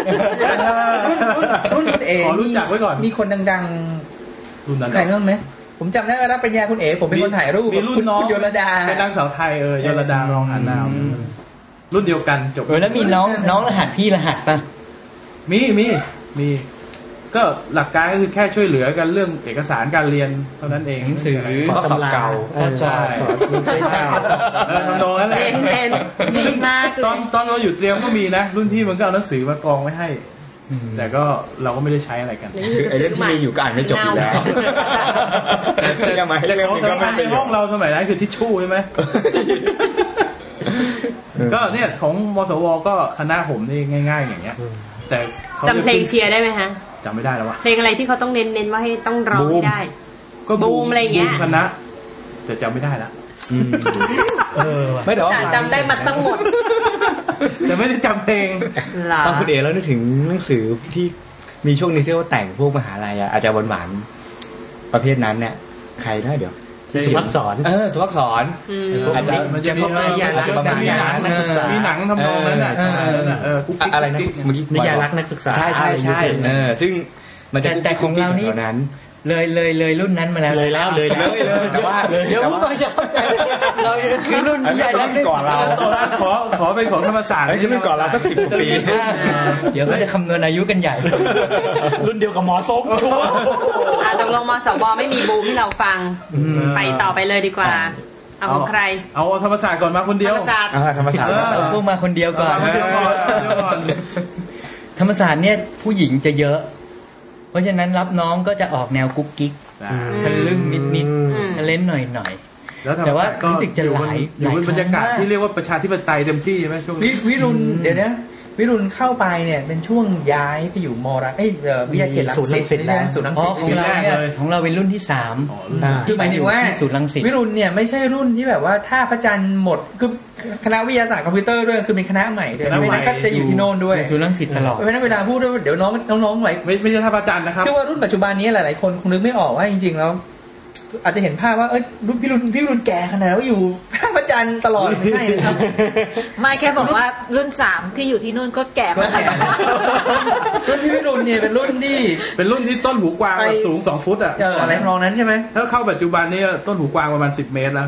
รุ่นคุณเอ๋
ขอรู้จักไว้ก่อน
มีคนดัง
รุ่นนั้น
ๆใครบ้างไหมผมจำได้ว่ารับปริญญาคุณเอ๋ผมเป็นคนถ่ายรูป
มีรุ่น
คุณ
น้อง
คุณโยรดา
เป็นนางสาวไทยเออยรดารองหานามรุ่นเดียวกันจบ
เออแล้วมีน้องน้องรหัสพี่รหัสป่ะ
มีมีมี ก็หลักการก็คือแค่ช่วยเหลือกันเรื่องเอกสารการเรียนเท่านั้นเอง
หนังสือ
ข้อสอบเก่า
เออ
ใช่เออทำนองนั้นแหละ
เน้นเน้น
เน้นมากเล
ตอน
ย
ตอนเราหยุดเรียนก็มีนะ รุ่นพี่มันก็เอาหนังสือมากองไว้ให้ แต่ก็เราก็ไม่ได้ใช้อะไรกัน
เน้น
คือไอ้
ซื้
เล่
อ
มที่
ใหม่
มีอยู่ก็อ่านไม่จบอยู่แล้วยังไงยังไง
ห้อง
ก็ไม่
ในห้องเราสมัยนั้นคือทิชชู่ใช่ไหม ก็เนี่ยของมสวก็คณะผมนี่ง่าย ๆ อย่างเงี้ย แต่ขาะ
[LAUGHS] จำเพลงเชียร์ได้ไหมฮะ
จำไม่ได้แล้ววะ
เพลงอะไรที่เขาต้องเน้นเน้นว่าให้ต้องร้องให้ได้ บูมอะไรอย่างเงี้ย
บูมคณะแต่จำไม่ได้ละ
เออว่ะ
ไม่แต่ว่า
แต่จำได้มาตั้งหมด
แต่ไม่ได้จำเพลง
เหรอ
ฟังคุณเอ๋แล้วนึกถึงหนังสือที่มีช่วงนี้ที่เขาแต่งพวกมหาลัยอะอาจจะหวานๆประเภทนั้นเนี่ยใครนะเดี๋ยว
สุภัสสอน
เออสุวักษร
อืม
อาจจะ
มันจะมี
เอออาจจะประมาณ
มีหนัง
นั้น
มีหนังทำนองนั้นน่ะ
เออ
สมัยนั้นน่ะเออกุ๊กกิ๊ก
อะไรนะ
กุ๊กกิ๊ก
เมื่อกี้
นิยายรักนักศึกษา
ใช่ใช่ใช่เออซึ่งมันจะ
แต่แต่ของเรานี่
แถวนั้น
เลยเลยเลยรุ่นนั้นมาแล้ว
เลยแล้วเลยแล้ว
เลยแต่ว่า
เดี๋ยวผมต้องจะเข้าใจเราคือรุ่น
อัน
ให
นี้
ญ่
ต้
แล้
อ
ว
งก่อนเรา
โซล่าขอขอเป็นของธรรมศาสตร์
อันนี้เป็นก่อนเราสักสิบปี
เดี๋ยวก็จะคำนวณอายุกันใหญ่ [LAUGHS]
รุ่นเดียวกับหมอซกชัวร์
อ่ะตกลงมสวไม่มีบูมให้เราฟัง ไปต่อไปเลยดีกว่า เอาของใคร
เอาธรรมศาสตร์ก่อนมาคน
ธ
เดี
ร
ยว
รมศาสตร์
อ่าธรรมศาสตร์
เราพูดมาคนเดียวก่อน
มาคนเดียวก่อนคนเดียวก่อน
ธรรมศาสตร์เนี่ยผู้หญิงจะเยอะ เพราะฉะนั้นรับน้องก็จะออกแนวกุ๊กกิ๊กทะลึ่งนิดๆทะเล่นหน่อย
แล้วธรรม
แต่ว่า
ศาสตร์ก็
รู้สึกจะ
อยู่บน
หลาย
อยู่บน
หลายครั้ง
บรรยากาศ
มาก
ที่เรียกว่าประชาธิปไตยเต็มที่ใช่ไหมช่วง
วิ
นี้
วิรุณเดี๋ยวนะวิรุณเข้าไปเนี่ยเป็นช่วงย้ายไปอยู่มอรักเอ้ยเอ่อวิทยาเขตรังสิตใช่ไหมศูนย์รัง
ๆอ๋อ
สิต
ของเราเนี่ยของเราเป็นรุ่นที่สาม
คือหมายถึงว่า
ที่สุดลังสิต
วิรุณเนี่ยไม่ใช่รุ่นที่แบบว่าถ้าพระจันทร์หมดคือคณะวิทยาศาสตร์คอมพิวเตอร์ด้วยคือเป็นคณะใหม่ด้วยไม่งั้นก็จะอยู่ที่โน่นด้วย
ในศูนย์รังสิตตลอด
เพราะฉะนั้นเวลาพูดด้วยเดี๋ยวน้องน้องๆหลาย
ไม่ไม่ใช่ท่าพระจันทร์นะครับ
เชื่อว่ารุ่นปัจจุบันนี้หลาย ๆ คนคงนึกไม่ออกว่าจริง ๆ แล้ว อาจจะเห็นภาพว่าเอ้ยรุ่นพี่รุ่นพี่รุ่นแก่ขนาดว่าอยู่ภาพประจันทร์ตลอดไม่ใช่นะครับ
ไม่แค่บอกว่ารุ่นสามที่อยู่ที่นู่นก็แก่มาแล้ว
รุ่นพี่พี่รุ่นเนี่ยเป็นรุ่นที่
เป็นรุ่นที่ต้นหูกวาง
ไป
แบบสูงสองฟุตอ่ะ
เอ่ออะไรทำนองนั้นใช่ไหม
ถ้าเข้าปัจจุบันนี่ต้นหูกวางประมาณสิบเมตรแล้ว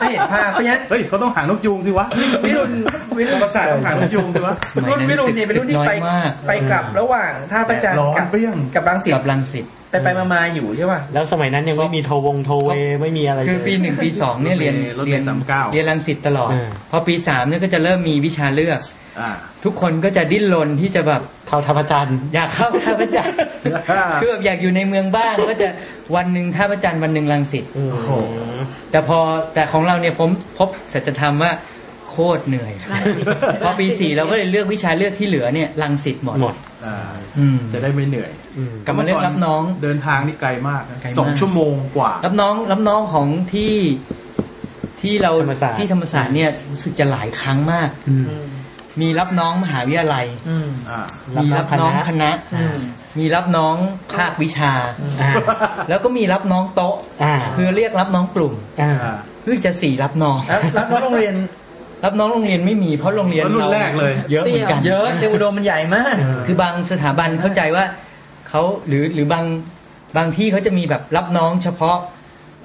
ให้เห็นภาพเพราะฉะนั้น
เฮ้ยเขาต้องหางนกยูงสิวะ
พี่รุ่นพี่รุ่น
ประสาทต้องหางนกยูงสิวะ
สมัย
รุ่น
นั้น
พี่รุ่นเนี่ยเป็นรุ่นที่ไป
น้อยมาก
ไปกลับระหว่างท่าประจันทร์
ร้อน
กับ
เปรี้ยง
กับรังสิต
กับลังสิต
ไปไปๆมาๆอยู่ใช่ป่ะ
แล้วสมัยนั้นยังไม่มีโทวงโทเวไม่มีอะไรเลย
คือปีหนึ่งปีสองเนี่ยเรียน
รถเมล์
เรีน
สามเก้า
เรียนลังสิตตลอด
เออ
พอปีสามเนี่ยก็จะเริ่มมีวิชาเลือก
อ่า
ทุกคนก็จะดิ้นรนที่จะแบบ
เท่าธรรมจันทร์
อยากเข้าท่าพระจั [LAUGHS] นทร์ คือแบบอยากอยู่ในเมืองบ้างก็จะวันหนึ่งท่าพระจันทร์วันหนึ่งลังสิต
โอ้โห
แต่พอแต่ของเราเนี่ยผมพบสัจธรรมว่าโคตรเหนื่ [LAUGHS] อยพอปีสี่เราก็เลยเลือกวิชาเลือกที่เหลือเนี่ยลังสิตหมด
หมด
อ่า
อืม
จะได้ไม่เหนื่อย
อืม
กลับมาเรื่องรับน้อง
เดินทางนี่ไกลมากนะ
ไกลมาก
สองชั่วโมงกว่า
รับน้องรับน้องของที่ที่เรา
ธรรมศาสตร์
ที่ธรรมศาสตร์เนี่ยรู้สึกจะหลายครั้งมาก
อืม
มีรับน้องมหาวิทยาลัย
อืม
อ่า
มีรับน้องคณะ
อืม
มีรับน้องภาควิชา
อ่า
แล้วก็มีรับน้องโต๊ะ
อ่า
คือเรียกรับน้องกลุ่ม
อ่า
เพื่อจะสี่รับน้อง
แล้วแล้วแล้วโรงเรี
[LAUGHS]
ยน
รับน้องโรงเรียนไม่มีเพราะโรงเรียน
เพราะรุ่นแรกเลย
เยอะเหมือนกัน
เยอะเตอุดมมันใหญ่มาก
คือบางสถาบันเข้าใจว่าเขาหรือหรือบางบางที่เขาจะมีแบบรับน้องเฉพาะ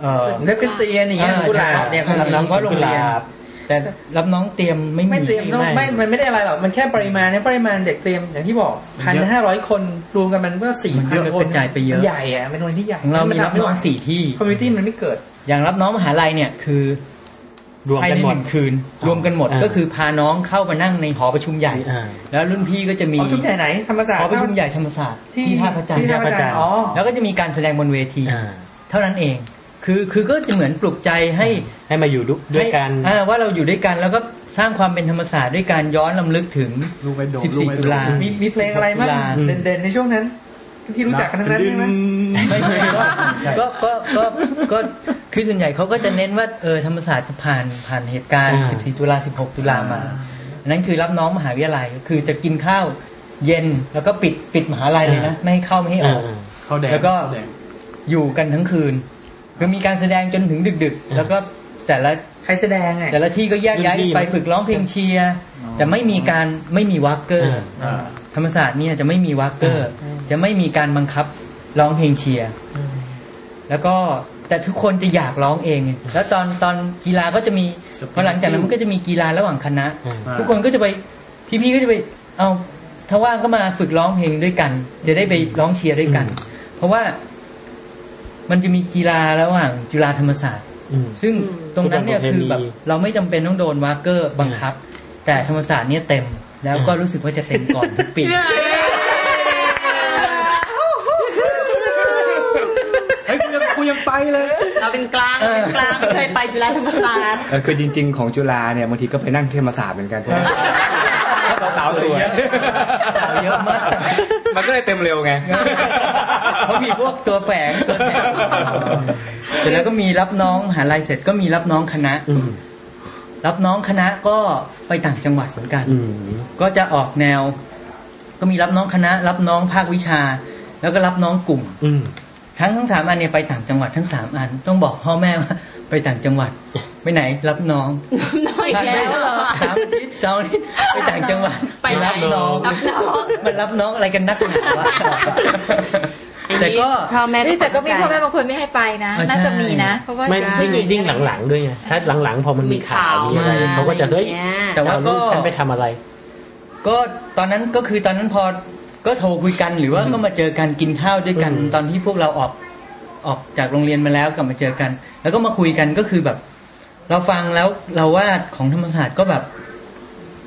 เอ่อ
เล็บคริสเตียนอย่างเงี้ย
อ่า
กุหลาบเนี่ย
ใช่
รับน้องก็โรงเรียน
กุหลาบ
แต่รับน้องเตรียมไม่
ไม่
มี
เตรียมน้องไม่มันไม่ได้อะไรหรอกมันแค่ปริมาณเนี่ยปริมาณเด็กเตรียมอย่างที่บอกพันห้าร้อยคนรวมกันมันก็สี่
มัน
พั
ก็
น
เลย
ค
ก
น
ระจายไปเยอะ
มันใหญ่อะเป็นวันที่ใหญ่
ของเรามี
น
รับน้องสี่ที่
คอมมิตี้มันไม่เกิด
อย่างรับน้องมหาลัยเนี่ยคือ
รวม
ภาย
กัน
ใน
หม
ห
ด
นึ่งคืน รวมกันหมด
อ่า
ก็คือพาน้องเข้ามานั่งในหอประชุมใหญ่
อ่า
แล้วรุ่นพี่ก็จะมี
ของชุดใหญ่ไหนธรรมศาสต
ห
ร์
อประชุมใหญ่ธรรมศาสตร์ที่ท่าพระจันทร์
ที่ท่าพระจันทร์อ๋อ
แล้วก็จะมีการแสดงบนเวที
อ่า
เท่านั้นเอง คือคือก็จะเหมือนปลุกใจให้
ให้มาอยู่ด้วยกัน
ให้อ่าว่าเราอยู่ด้วยกันแล้วก็ สร้างความเป็นธรรมศาสตร์ด้วยการย้อนลำลึกถึง
ลูกไอ้โดมลูกไอ้
14
โด
ตุลามี
มีมีเพลงอะไรบ้างเด่นๆในช่วงนั้น ที่รู้จักกันทั้งนั้นใช่ไหม
ไม่เคยก็ก็ก็ก็ก็คือส่วนใหญ่เขาก็จะเน้นว่าเออธรรมศาสตร์ผ่านผ่านเหตุการณ์
อ่า
14 ตุลา 16 ตุลามาอันนั้นคือรับน้องมหาวิทยาลัยคือจะกินข้าวเย็นแล้วก็ปิดปิดมหาลัยเลยนะไม่ให้เข้าไม่ให้ออก
เขาแดง
แล้วก็
ข้าดง
อยู่กันทั้งคืน คือมีการแสดงจนถึงดึก ๆ แล้วก็แต่ละ
ใครแสดงไง
แต่ละที่ก็แยกย้ายไปฝึกร้องเพลงเชียร์แต่ไม่มีการไม่มีวักเกอร์
อ่า
ธรรมศาสตร์เนี่ยจะไม่มีวักเกอร์ จะไม่มีการบังคับร้องเพลงเชียร์แล้วก็แต่ทุกคนจะอยากร้องเองไงแล้วตอนตอนกีฬาก็จะมีพอหลังจากนั้นมันก็จะมีกีฬาระหว่างคณะ ทุกคนก็จะไปพี่ๆก็จะไปเอาถ้าว่างก็มาฝึกร้องเพลงด้วยกัน จะได้ไปร้องเชียร์ด้วยกัน เพราะว่ามันจะมีกีฬาระหว่างจุฬาธรรมศาสตร์
อืม
ซึ่งตรงนั้นเนี่ย
ทุกวัน
คือแบบ
ประเพณี
เราไม่จำเป็นต้องโดนวากเกอร์บังคับ แต่ธรรมศาสตร์เนี่ยเต็ม แล้วก็
อ่ารู้
รู้สึกว่าจะเต็มก่อนทุกปี
เฮ้ยกูยังกูยังไปเลย
เราเป็นกลางเราเป็นกลางไม่เคยไปจุฬาธรรมศาสตร์
เออคือจริง ๆ ของจุฬาเนี่ยบางทีก็ไปนั่งที่ธรรมศาสตร์เหมือนกันเพราะว่าสาวๆสวย
สาวเยอะมาก
มันก็เลยเต็มเร็วไง
เพราะมีพวกตัวแฝงตัวแถ [LAUGHS] มเสร็จแล้วก็มีรับน้องมหาลัยเสร็จก็มีรับน้องคณะ
อืม
รับน้องคณะก็ไปต่างจังหวัดเหมือนกัน
อืม
ก็จะออกแนว ก็มีรับน้องคณะ รับน้องภาควิชา แล้วก็รับน้องกลุ่ม
อืม
ทั้งทั้งสามอันเนี่ยไปต่างจังหวัดทั้งสามอัน ต้องบอกพ่อแม่ว่า ไปต่างจังหวัด ไปไหนรับน้อง
น้อยอีกแล้วเหรอ
สามอาทิตย์เสาร์อาทิตย์ไปต่างจังหวัด
ไปไหน
รับน้อง
รับน้อง
มันรับน้องอะไรกันนักหนาวะ แต่ก็
พ่อแม่
เอ้ยแต่ก็มีพ่อแม่
บ
บางคนไม่ให้ไปนะ
อ่าใช่
น่าจะมีนะ เพราะว่า
ไม่
ผู้หญิง
ยิ่งหลังๆด้วยไงถ้าหลังๆ พอมันมีข่าว
มี
มี
ข่าว
อะไร
มา
เขาก็จะเฮ้ย
อะไรอย่างเงี้ย
แต่ว่าลูกฉันไปทำอะไร
ก็ตอนนั้นก็คือตอนนั้นพอก็โทรคุยกันหรือว่าก็มาเจอกันกินข้าวด้วยกัน
อืม
ตอนที่พวกเราออกออกจากโรงเรียนมาแล้วกลับมาเจอกัน แล้วก็มาคุยกันก็คือแบบ เราฟังแล้วเราว่าของธรรมศาสตร์ก็แบบ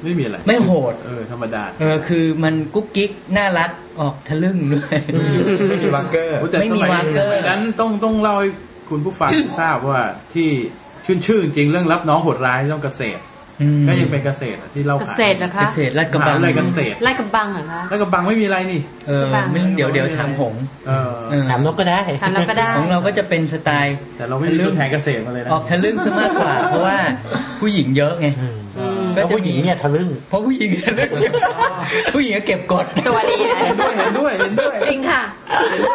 ไม่มีอะไร
ไม่โหด
เออธรรมดา
เออคือมันกุ๊กกิ๊กน่ารักออกทะลึ่งด้วย
ไม่มีบังเกอร์
โอ้แต่
ไม่
สยว
มีางเกอร์
สมัยนั้นต้องต้องเล่าให้คุณผู้ฟังทราบว่าที่ชื่นชื่อจริงเรื่องรับน้องโหดร้ายเรื่องเกษตร
อืม
ก็ยังเป็นเกษตรอะที่เล่า
เก
ขาย
ษตรเหรอ
เก
คะ
ษตรลาดกระ
ม
บั
หาง วิทยาลัยเกษตร
ไล่กระบังเหรอคะ
แล้วกระบังไม่มีอะไรนี่
เออไม่เดี๋ยวเดี๋ยวถามหง
เออ
เออ
ถามนกก็ได้
ทำแล้วก็ได้
ของเราก็จะเป็นสไตล์
แต่เราไม่มีตัวแทนเกษตรมาเลยนะ
ออกทะลึ่งซะมากกว่า เพราะว่าผู้หญิงเยอะไง
อืม
อืม
ก็
แล้ว
จะ
ผู้หญิงเนี่ยทะลึ่ง
เพราะผู้หญิง [LAUGHS] ผู้หญิงก็เก็บกด
ตัวดีนะ
เห็นด้วยเห็นด้วย
จริงค่ะ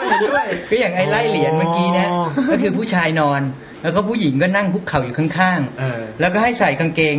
เห็นด้วย
ก็อย่างไอ้ไล่เหรียญเมื่อกี้นะ
อ๋อ
ก็คือผู้ชายนอน แล้วก็ผู้หญิงก็นั่งคุกเข่าอยู่ข้าง
เออ
ๆ แล้วก็ให้ใส่กางเกง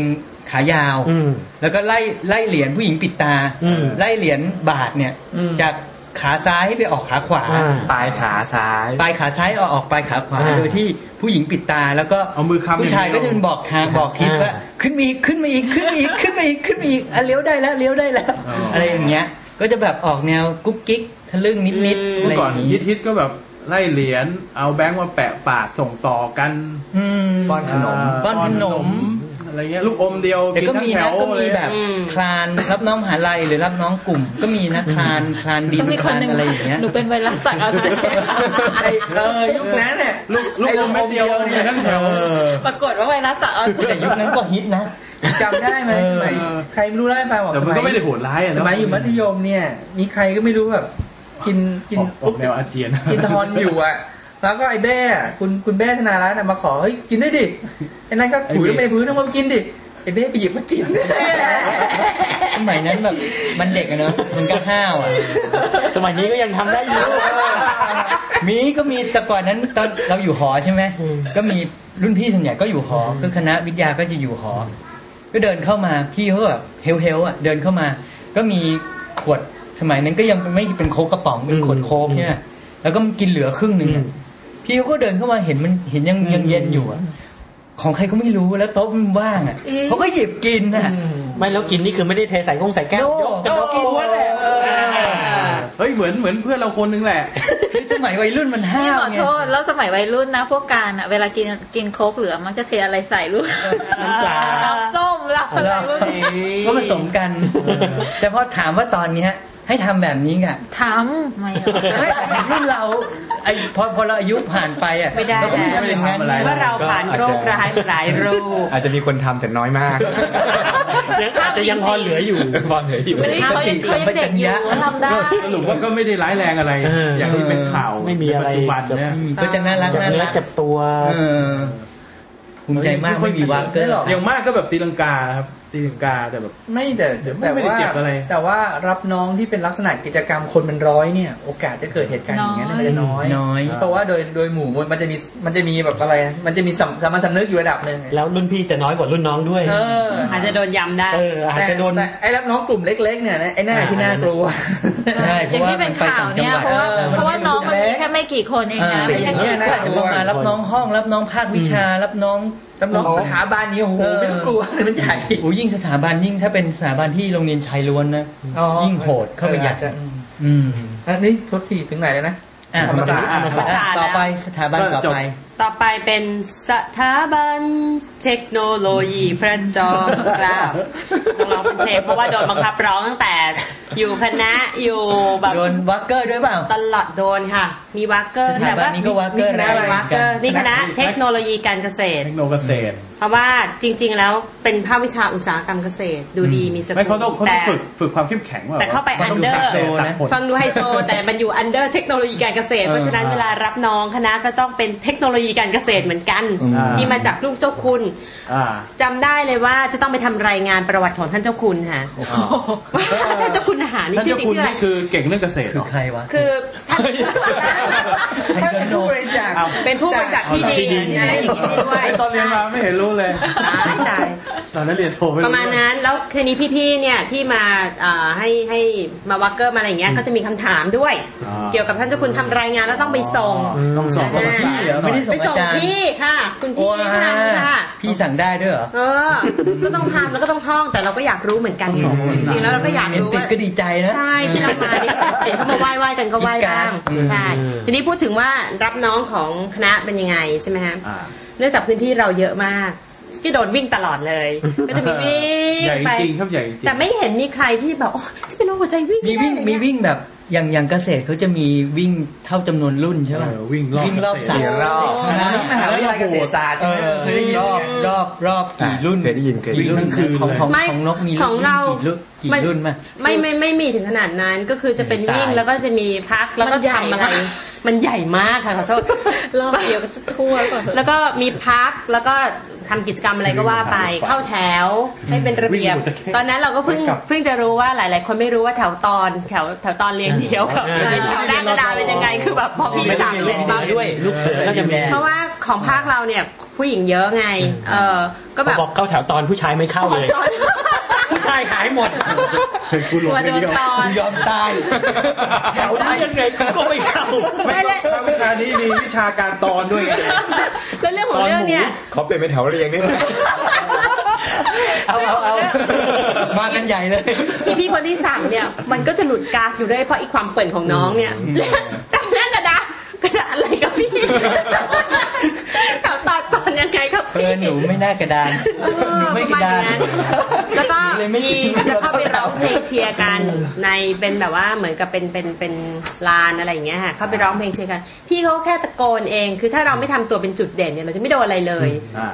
ขายาว
อืม
แล้วก็ไล่ไล่เหรียญผู้หญิงปิดตา
อืม
ไล่เหรียญบาทเนี่ย จากขาซ้ายให้ไปออกขาขวา
อ่า
ปลายขาซ้าย
ปลายขาซ้ายเอาออกปลายขาขวา
อ่า
โดยที่ผู้หญิงปิดตาแล้วก็
เอามือค้ำ
ผู้ชา
อ
ย
ย่างเดี
ก็
ยว
จะเป็นบอกทางบอกทิศ
อ่า
ว่าขึ้นมาอีกขึ้นมาอีกขึ้นมาอีกขึ้นมาอีกขึ้นมาอีกอ่ะเลี้ยวได้แล้วเลี้ยวได้แล้ว อะไรอย่างเงี้ย ก็จะแบบออกแนวกุ๊กกิ๊กทะลึ่งนิด
อื
ๆ
ม
อะ
เมื่
ไร
อ
อ
ก่อน
ย่างงี้
ฮิตฮิตก็แบบไล่เหรียญเอาแบงค์มาแปะปากส่งต่อกัน
อืม
ป้อนขนม
า
ป้อนขนม
อะไรเงี้ยลูกอมเดียว
แต่ก็
ทั้ง
มี
ถ
นะ
ว
ก็มี
เลย
แบบ
อืม
คลานรับน้องมหาลัยหรือรับน้องกลุ่ม ก็มีนะคลานคลานดิน
ก็มี
ค
คน
ลาน
หนึ่ง
อะไรอย่างเงี้ย
หนูเป็นไวรัสสักอัก
[LAUGHS]
เสบ
ไอ้เออยุคนั้นเนี่ย
ลูกลูกอมเม็ดเดียวเนี่ยทั้งแถว
ปรากฏว่าไวรัสสักอักเส
แต่
บ
ยุคนั้นก็ฮิตนะ
จำได้ไหม
เออ
สมัยใครไม่รู้เล่าให้ฟังบอก
แต่
ส
มั
มั
น
ย
ก็ไม่ได้โหดร้ายอะ
ส
เนาะ
มัยอยู่มัธยมเนี่ย มีใครก็ไม่รู้แบบกินกิน
ออกออกแนวอาเจียน
กินทอนอยู่อ่ะ แล้วก็ไอ้แบ้อะคุณคุณแบ้ธนารัตน์อะมาขอเฮ้ยกินด้วยดิไอ้นั่นก็ถุยลงไปในพื้นเอามากินดิไอ้แบ้ไปหยิบมากิน
[LAUGHS] สมัยนั้นแบบมันเด็กอะเนอะมันก็ห้าวอะ
สมัยนี้ก็ยังทำได้อยู่ [LAUGHS]
มีก็มีแต่ก่อนนั้นตอนเราอยู่หอใช่ไหม
อืม
ก็มีรุ่นพี่ส่วนใหญ่ก็อยู่หอคือคณะวิทยาก็จะอยู่หอ ก็เดินเข้ามาพี่เขาแบบเฮลเฮลอ่ะเดินเข้ามา ก็มีขวดสมัยนั้นก็ยังไม่เป็นโคกกระป๋องเป็นขวดโคกเนี่ยแล้วก็มันกินเหลือครึ่งหนึ่งอะพี่เขาก็เดินเข้ามาเห็นมันเห็นยังยังเย็นอยู่อะของใครก็ไม่รู้แล้วโต๊ะมันว่างอ่ะเขาก็หยิบกินอ่ะ
ไม่แล้วกินนี่คือไม่ได้เทใส่กงใส่แก้ว
โน่
ยกกัน
โน่
กินหมดแหละ
เออ
เฮ้ยเหมือนเหมือนเพื่อนเราคนนึงแหละ
คือสมัยวัยรุ่นมันห้า
นี่
ว
ขอ
ไง
โทษแล้วสมัยวัยรุ่นนะ พวกการอะเวลากินกินโค้กเหลือมันจะเทอะไรใส่ลูก
น้ำปลา
น้ำส้มเหล้าอะไรพวกนี้
ก็ผสมกัน แต่พอถามว่าตอนเนี้ย ให้ ให้ทำแบบนี้อ่ะ
ทำไม่หรอก
ไม่รุ่นเราไอพอพอเราอายุผ่านไปอ่ะ
ไม่ได้
เราก็
แล้ว
ไม่ได้ทำอย่างนั้น
เพราะเราผ่านโรคร้ายมาหลายโรค
อาจจะมีคนทำแต่น้อยมาก
อาจจะยังพอเหลืออยู่
พอเหลืออยู่
เฮ้ยเขายังเขายังเด็กอยู่เขาทำได้
สรุปว่าก็ไม่ได้ร้ายแรงอะไร อย่างที่เป็นข่าว
ไม่มีอะไร
ในปัจจุบันเนี่ย
อืมก็จะน่ารัก
เจ็บ
น่า
เนื้อ
รัก
เจ็บตัว
เออ
ภูมิใจมากไม่มีวักเกอร์หรอก
อย่างมากก็แบบตีลังกาครับตีลังกาแต่แบบ
ไม่แต่แต่
ไม่ได้
ว่า
เจ็บอะไร
แต่ว่ารับน้องที่เป็นลักษณะกิจกรรมคนเป็นร้อยเนี่ย โอกาสจะเกิดเหตุการณ์อย่างนี้ย
น้
มั
อย
นจะน้อย
น้อย
เพราะว่าโดยโดยหมู่มวลมันจะมีมันจะมีแบบอะไรนะมันจะมีสัมสามัญสำนึกอยู่ระดับหนึ่ง
แล้วรุ่นพี่จะน้อยกว่ารุ่นน้องด้วย
เออ
อาจจะโดนยำได้
เอออาจ
แต่
จะโดน
แต่ไอ้รับน้องกลุ่มเล็กๆเนี่ยนะไอ้หน้าที่น่ากลัว
ใช่เพ
อย่า
ราะ
ง
ว่า
ที่
มั
เป็น น
ไป
ข่าว
ต่างจัง
เนี่ย
หวัด
เพราะว่า
เออ
เพราะว่าน้องมันมีแค่ไม่กี่คนเองนะ
เอออ
ไม่ใช่
ย่าง
สิ
เงี้ย
บ
นะ
ค
อาจ
น
จะต้องมารับน้องห้องรับน้องภาควิชา รับน้อง
รับน้องสถาบันนี้โอ้โหไม่ต้องกลัวเลยมันใหญ่
โอ้ยิ่งสถาบันยิ่งถ้าเป็นสถาบันที่โรงเรียนชายล้วนนะยิ่งโหดเข้าไปใหญ่
อออจจะอืม
อืม
อันนี้ทดทีถึงไหนแล้วนะ
อ่ะ
ธรรมศาสตร์
อ่ะ
ธรรมศาสตร์
อ่ะต่อไปสถาบันต่อไป
ต่อไปเป็นสถาบันเทคโนโลยีพระจอมเกล้าต้องร้องเป็นเทปเพราะว่าโดนบังคับร้องตั้งแต่ อยู่คณะอยู่แบบ
โดนวักเกอร์ด้วยเปล่า
ตลอดโดนค่ะ มีวักเกอร์
สถา
แต่
บัน
ว่า
นี้ก็วักเกอร์แรงเหมือน
วักเก
กั
อน ร์นี่คณะเทคโนโลยีการเกษตร
เทคโนเกษตร
เพราะว่าจริง ๆ แล้วเป็นภาควิชาอุตสาหกรรมเกษตร ดูดีมีสกุ
ไม่เขาต้องเขา
แต่
ต้องฝึกฝึกความเข้มแข็งว่ะ
แต่เข้าไป
มัต้ง
under
ตักเศษตักผล
ฟังดูไฮโซ แต่มันอยู่ under เทคโนโลยีการเกษตร เพราะฉะนั้นเวลารับน้องคณะก็ต้องเป็นเทคโนโลยีการเกษตรเหมือนกัน
อืม
นี่มาจากลูกเจ้าคุณ
อ่า
จำได้เลยว่าจะต้องไปทำรายงานประวัติของท่านเจ้าคุณค่ะว่าท่านเจ้าคุณอาหารนี่
ท่าน
ชื่อ
เจ้า
จริง
คุณ
ชื่ออะไร
นี่คือเก่งเรื่องเกษตร
คื
เหร
อ
อ
ใครวะ
คือท่าน
ท่านเป็นผู้บริจาค
เอา
เป็นผู้บริจาคที่ดินอะไรอย่างนี้ด้วย
ไอ้ตอนเรียนมาไม่เห็นรู้เลย
ตาย
ตอนนั้นเรียนโทรไม่
ประมาณนั้นแล้วทีนี้พี่ๆเนี่ยที่มาอ่าให้ให้มาวักเกอร์มาอะไรอย่างเงี้ยก็จะมีคำถามด้วย
อ่า
เกี่ยวกับท่านเจ้าคุณทำรายงานแล้วต้องไปส่ง
ต้องส่ง
อ่า
ที่เหรอ
ไม่ได้
ไปส่ง
อาจารย์
พี่ค่ะ คุณ
โอ้
พี่
ย
ค่ะค่ะ
พี่สั่งได้ด้วยเหรอ
เออ ก็ต้องทำแล้วก็ต้องท่องแต่เราก็อยากรู้เหมือนกันไงจริงๆแล้วเราก็อยาก
เห็น
รู้
ติด
ว่า
ก็ดีใจนะ
ใช่ที่เรามาเนี่ยเห็นเขามาไหว้ไหว้กันก็ไหว้บ้าง
อีกการ
ใช่ทีนี้พูดถึงว่ารับน้องของคณะเป็นยังไงใช่ไหมฮะ
อ่า
เนื่องจากพื้นที่เราเยอะมากก็โดนวิ่งตลอดเลย ก็จะมีวิ่ง
ใหญ่
ไป
จริงครับใหญ่จริง
แต่ไม่เห็นมีใครที่แบบโอ้จะเป็นโรคหัวใจวิ่ง
มีวิ่ง
ไได้
มีวิ่งแบบอย่างอย่างเกษตรเขาจะมีวิ่งเท่าจำนวนรุ่นใช่ไหม
เออวิ่งรอบ
วิ่งรอบ
เกษตร
สามรอบ
นะที่มหาวิทยาลัยเกษตรศาสตร์
เอ
ใช่ไหม
อ
เคยได้ยิน
รอบรอบรอบกี่รุ่น
เคยได้ยินเคยได้
กี่
ยิน
รุ่น
ทั้งคืนเลย
ของของ
ไม่
ของนกมี
ข
รุ่
อน งเรา
กี่รุ่นกี่
มัน
รุ่นมา
ไม่ไม่ไม่มีถึงขนาดนั้นก็คือจะเป็น
ตาย
วิ่งแล้วก็จะมีพักแล้วก็ทำอะไร มันใหญ่มากค่ะขอโทษ
รอบเดียวก็จะทั่วก่อน
[LAUGHS] แล้วก็มีพักแล้วก็ทำกิจกรรมอะไรก็ว่าไปเข้าแถวให้เป็นระเบียบ ตอนนั้นเราก็เพิ่งเพิ่งจะรู้ว่าหลาย ๆ คนไม่รู้ว่าแถวตอนแถวแถวตอนเรียงเดียวกับแถวหน้ากระดานเป็นยังไงคือแบบพอพี่สั่งเสร็จปั๊บ
ด้วย ลูกเสือก็จะมี
เพราะว่าของภาคเราเนี่ยผู้หญิงเยอะไง เออก็แบบ
บอกเข้าแถวตอนผู้ชายไม่เข้าเลย ผู้ชายหายหมด
เคยกูหลง
ตัว
ไปเดี
โดน
ยว
ตอน
ยอมตาย
แถวนี้ยังไงกูก็ไม่เข้า
ไม่เลย
ถ้าวิชานี้มีวิชาการตอนด้วยไง
แล้วเรื่องของเรื่องเนี่ย
เขาเปลี่ยนเป็นแถวเรียงนี่
เอาเอาเอามากันใหญ่เลย
อีพีคนที่สามเนี่ยมันก็จะหลุดกากอยู่ด้วยเพราะอีความเปิ่นของน้องเนี่ยและ [LAUGHS] แต่แม่กระดา [LAUGHS] ษกระดาษอะไรครับพี่ถามตอนตอนยังไงครับ
เอ
พี่
อหนูไม่น่ากระดาน
เออ
หนูไม่กระดาน [LAUGHS]
ประมาณ
หนู
อย่างนั้นแล้วก็
เลยไม่
มีจะเข้าไปร้องเพลงเชียร์กันในเป็นแบบว่าเหมือนกับเป็นเป็นเป็นลานอะไรอย่างเงี้ยค่ะเข้าไปร้องเพลงเชียร์กัน พี่เขาแค่ตะโกนเอง คือถ้าเราไม่ทำตัวเป็นจุดเด่นเนี่ยเราจะไม่โดนอะไรเลย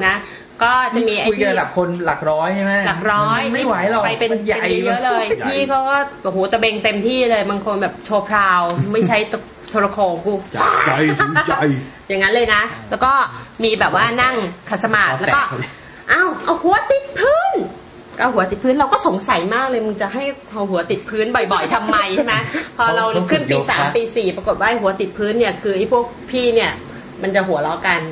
นะก็จะมีไอ้
คุย
ที่
กันหลักคนหลักร้อยใช่ไหม
หลักร้อย
ไม่ไหวหรอก
ไปเป็น
มั
ให
ให
ญ่
ญ่
เยอะเลย พี่เขาก็โอ้โหตะเบงเต็มที่เลยบางคนแบบโชว์พราว ไม่ใช้ตะโทรโขงกู
ใจถึงใจ
อย่างนั้นเลยนะ แล้วก็มีแบบว่านั่งขัดสมาธิแล้วก็อ้าวเอาหัวติดพื้นเอาหัวติดพื้นเราก็สงสัยมากเลยมึงจะให้เอาหัวติดพื้นบ่อย ๆทำไมใช่ไหมพอเราขึ้นปีสามปีสี่ปรากฏว่าไอ้หัวติดพื้นเนี่ยคือไอ้พวกพี่เนี่ยมันจะหัวเราะกัน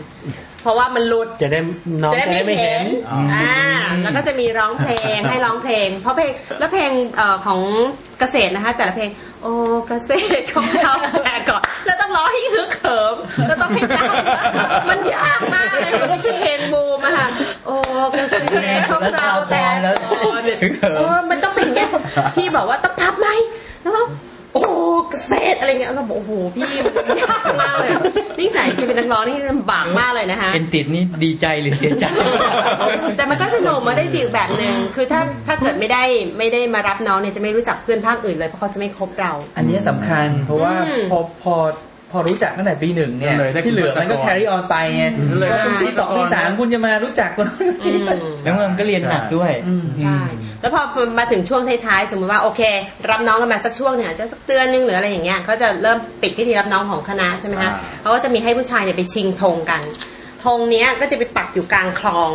เพราะว่ามันหลุด
จะได้น้อง
จะได้ไม่เห็น อ่า แล้วก็จะมีร้องเพลงให้ร้องเพลง เพราะเพลง แล้วเพลงเอ่อของเกษตรนะคะ แต่ละเพลง โอ้เกษตรของเราแต่ก่อน แล้วต้องร้องให้ฮึกเหิมแล้วต้องให้ได้มันยากมากเลยมันไม่ใช่เพลงบูมอะค่ะโอ้เกษตรของเราแต่ก่อนเออมันต้องเป็นอย่างเงี้ยพี่บอกว่าต้องทับไหมแล้วก็โอ้เกษตรอะไรเงี้ยเราบอกโอ้โหพี่มันยากมากเลย นิสัยชีวิตนักร้องนี่ลำบากมากเลยนะคะ
เป็นติดนี่ดีใจหรือเสียใจ
[LAUGHS] แต่มันก็สนุกมาได้ฟีลแบบหนึ่งคือถ้าถ้าเกิดไม่ได้ไม่ได้มารับน้องเนี่ยจะไม่รู้จักเพื่อนภาคอื่นเลยเพราะเขาจะไม่คบเรา
อันนี้สำคัญ เพราะว่า
อืม
พอพอพอรู้จักตั้งแต่ปีหนึ่งเนี่ย
เลยได้
ที่เหลือมันก็
คุณ
carry on ไปไง
อืม
แล้วคุณปีสองปีสามคุณจะมารู้จักคนนู้นคนนี้
แล้วมันก็เรียนหนักด้วย
ใช่แล้วพอมาถึงช่วงท้ายๆ สมมติว่าโอเค รับน้องกันมาสักช่วงหนึ่งอาจจะสักเดือนหนึงหรืออะไรอย่างเงี้ยเขาจะเริ่มปิดพิธีรับน้องของคณะใช่ไหมคะ
อ่า
เขาก็จะมีให้ผู้ชายเนี่ยไปชิงธงกันธงเนี้ยก็จะไปปักอยู่กลางคลอง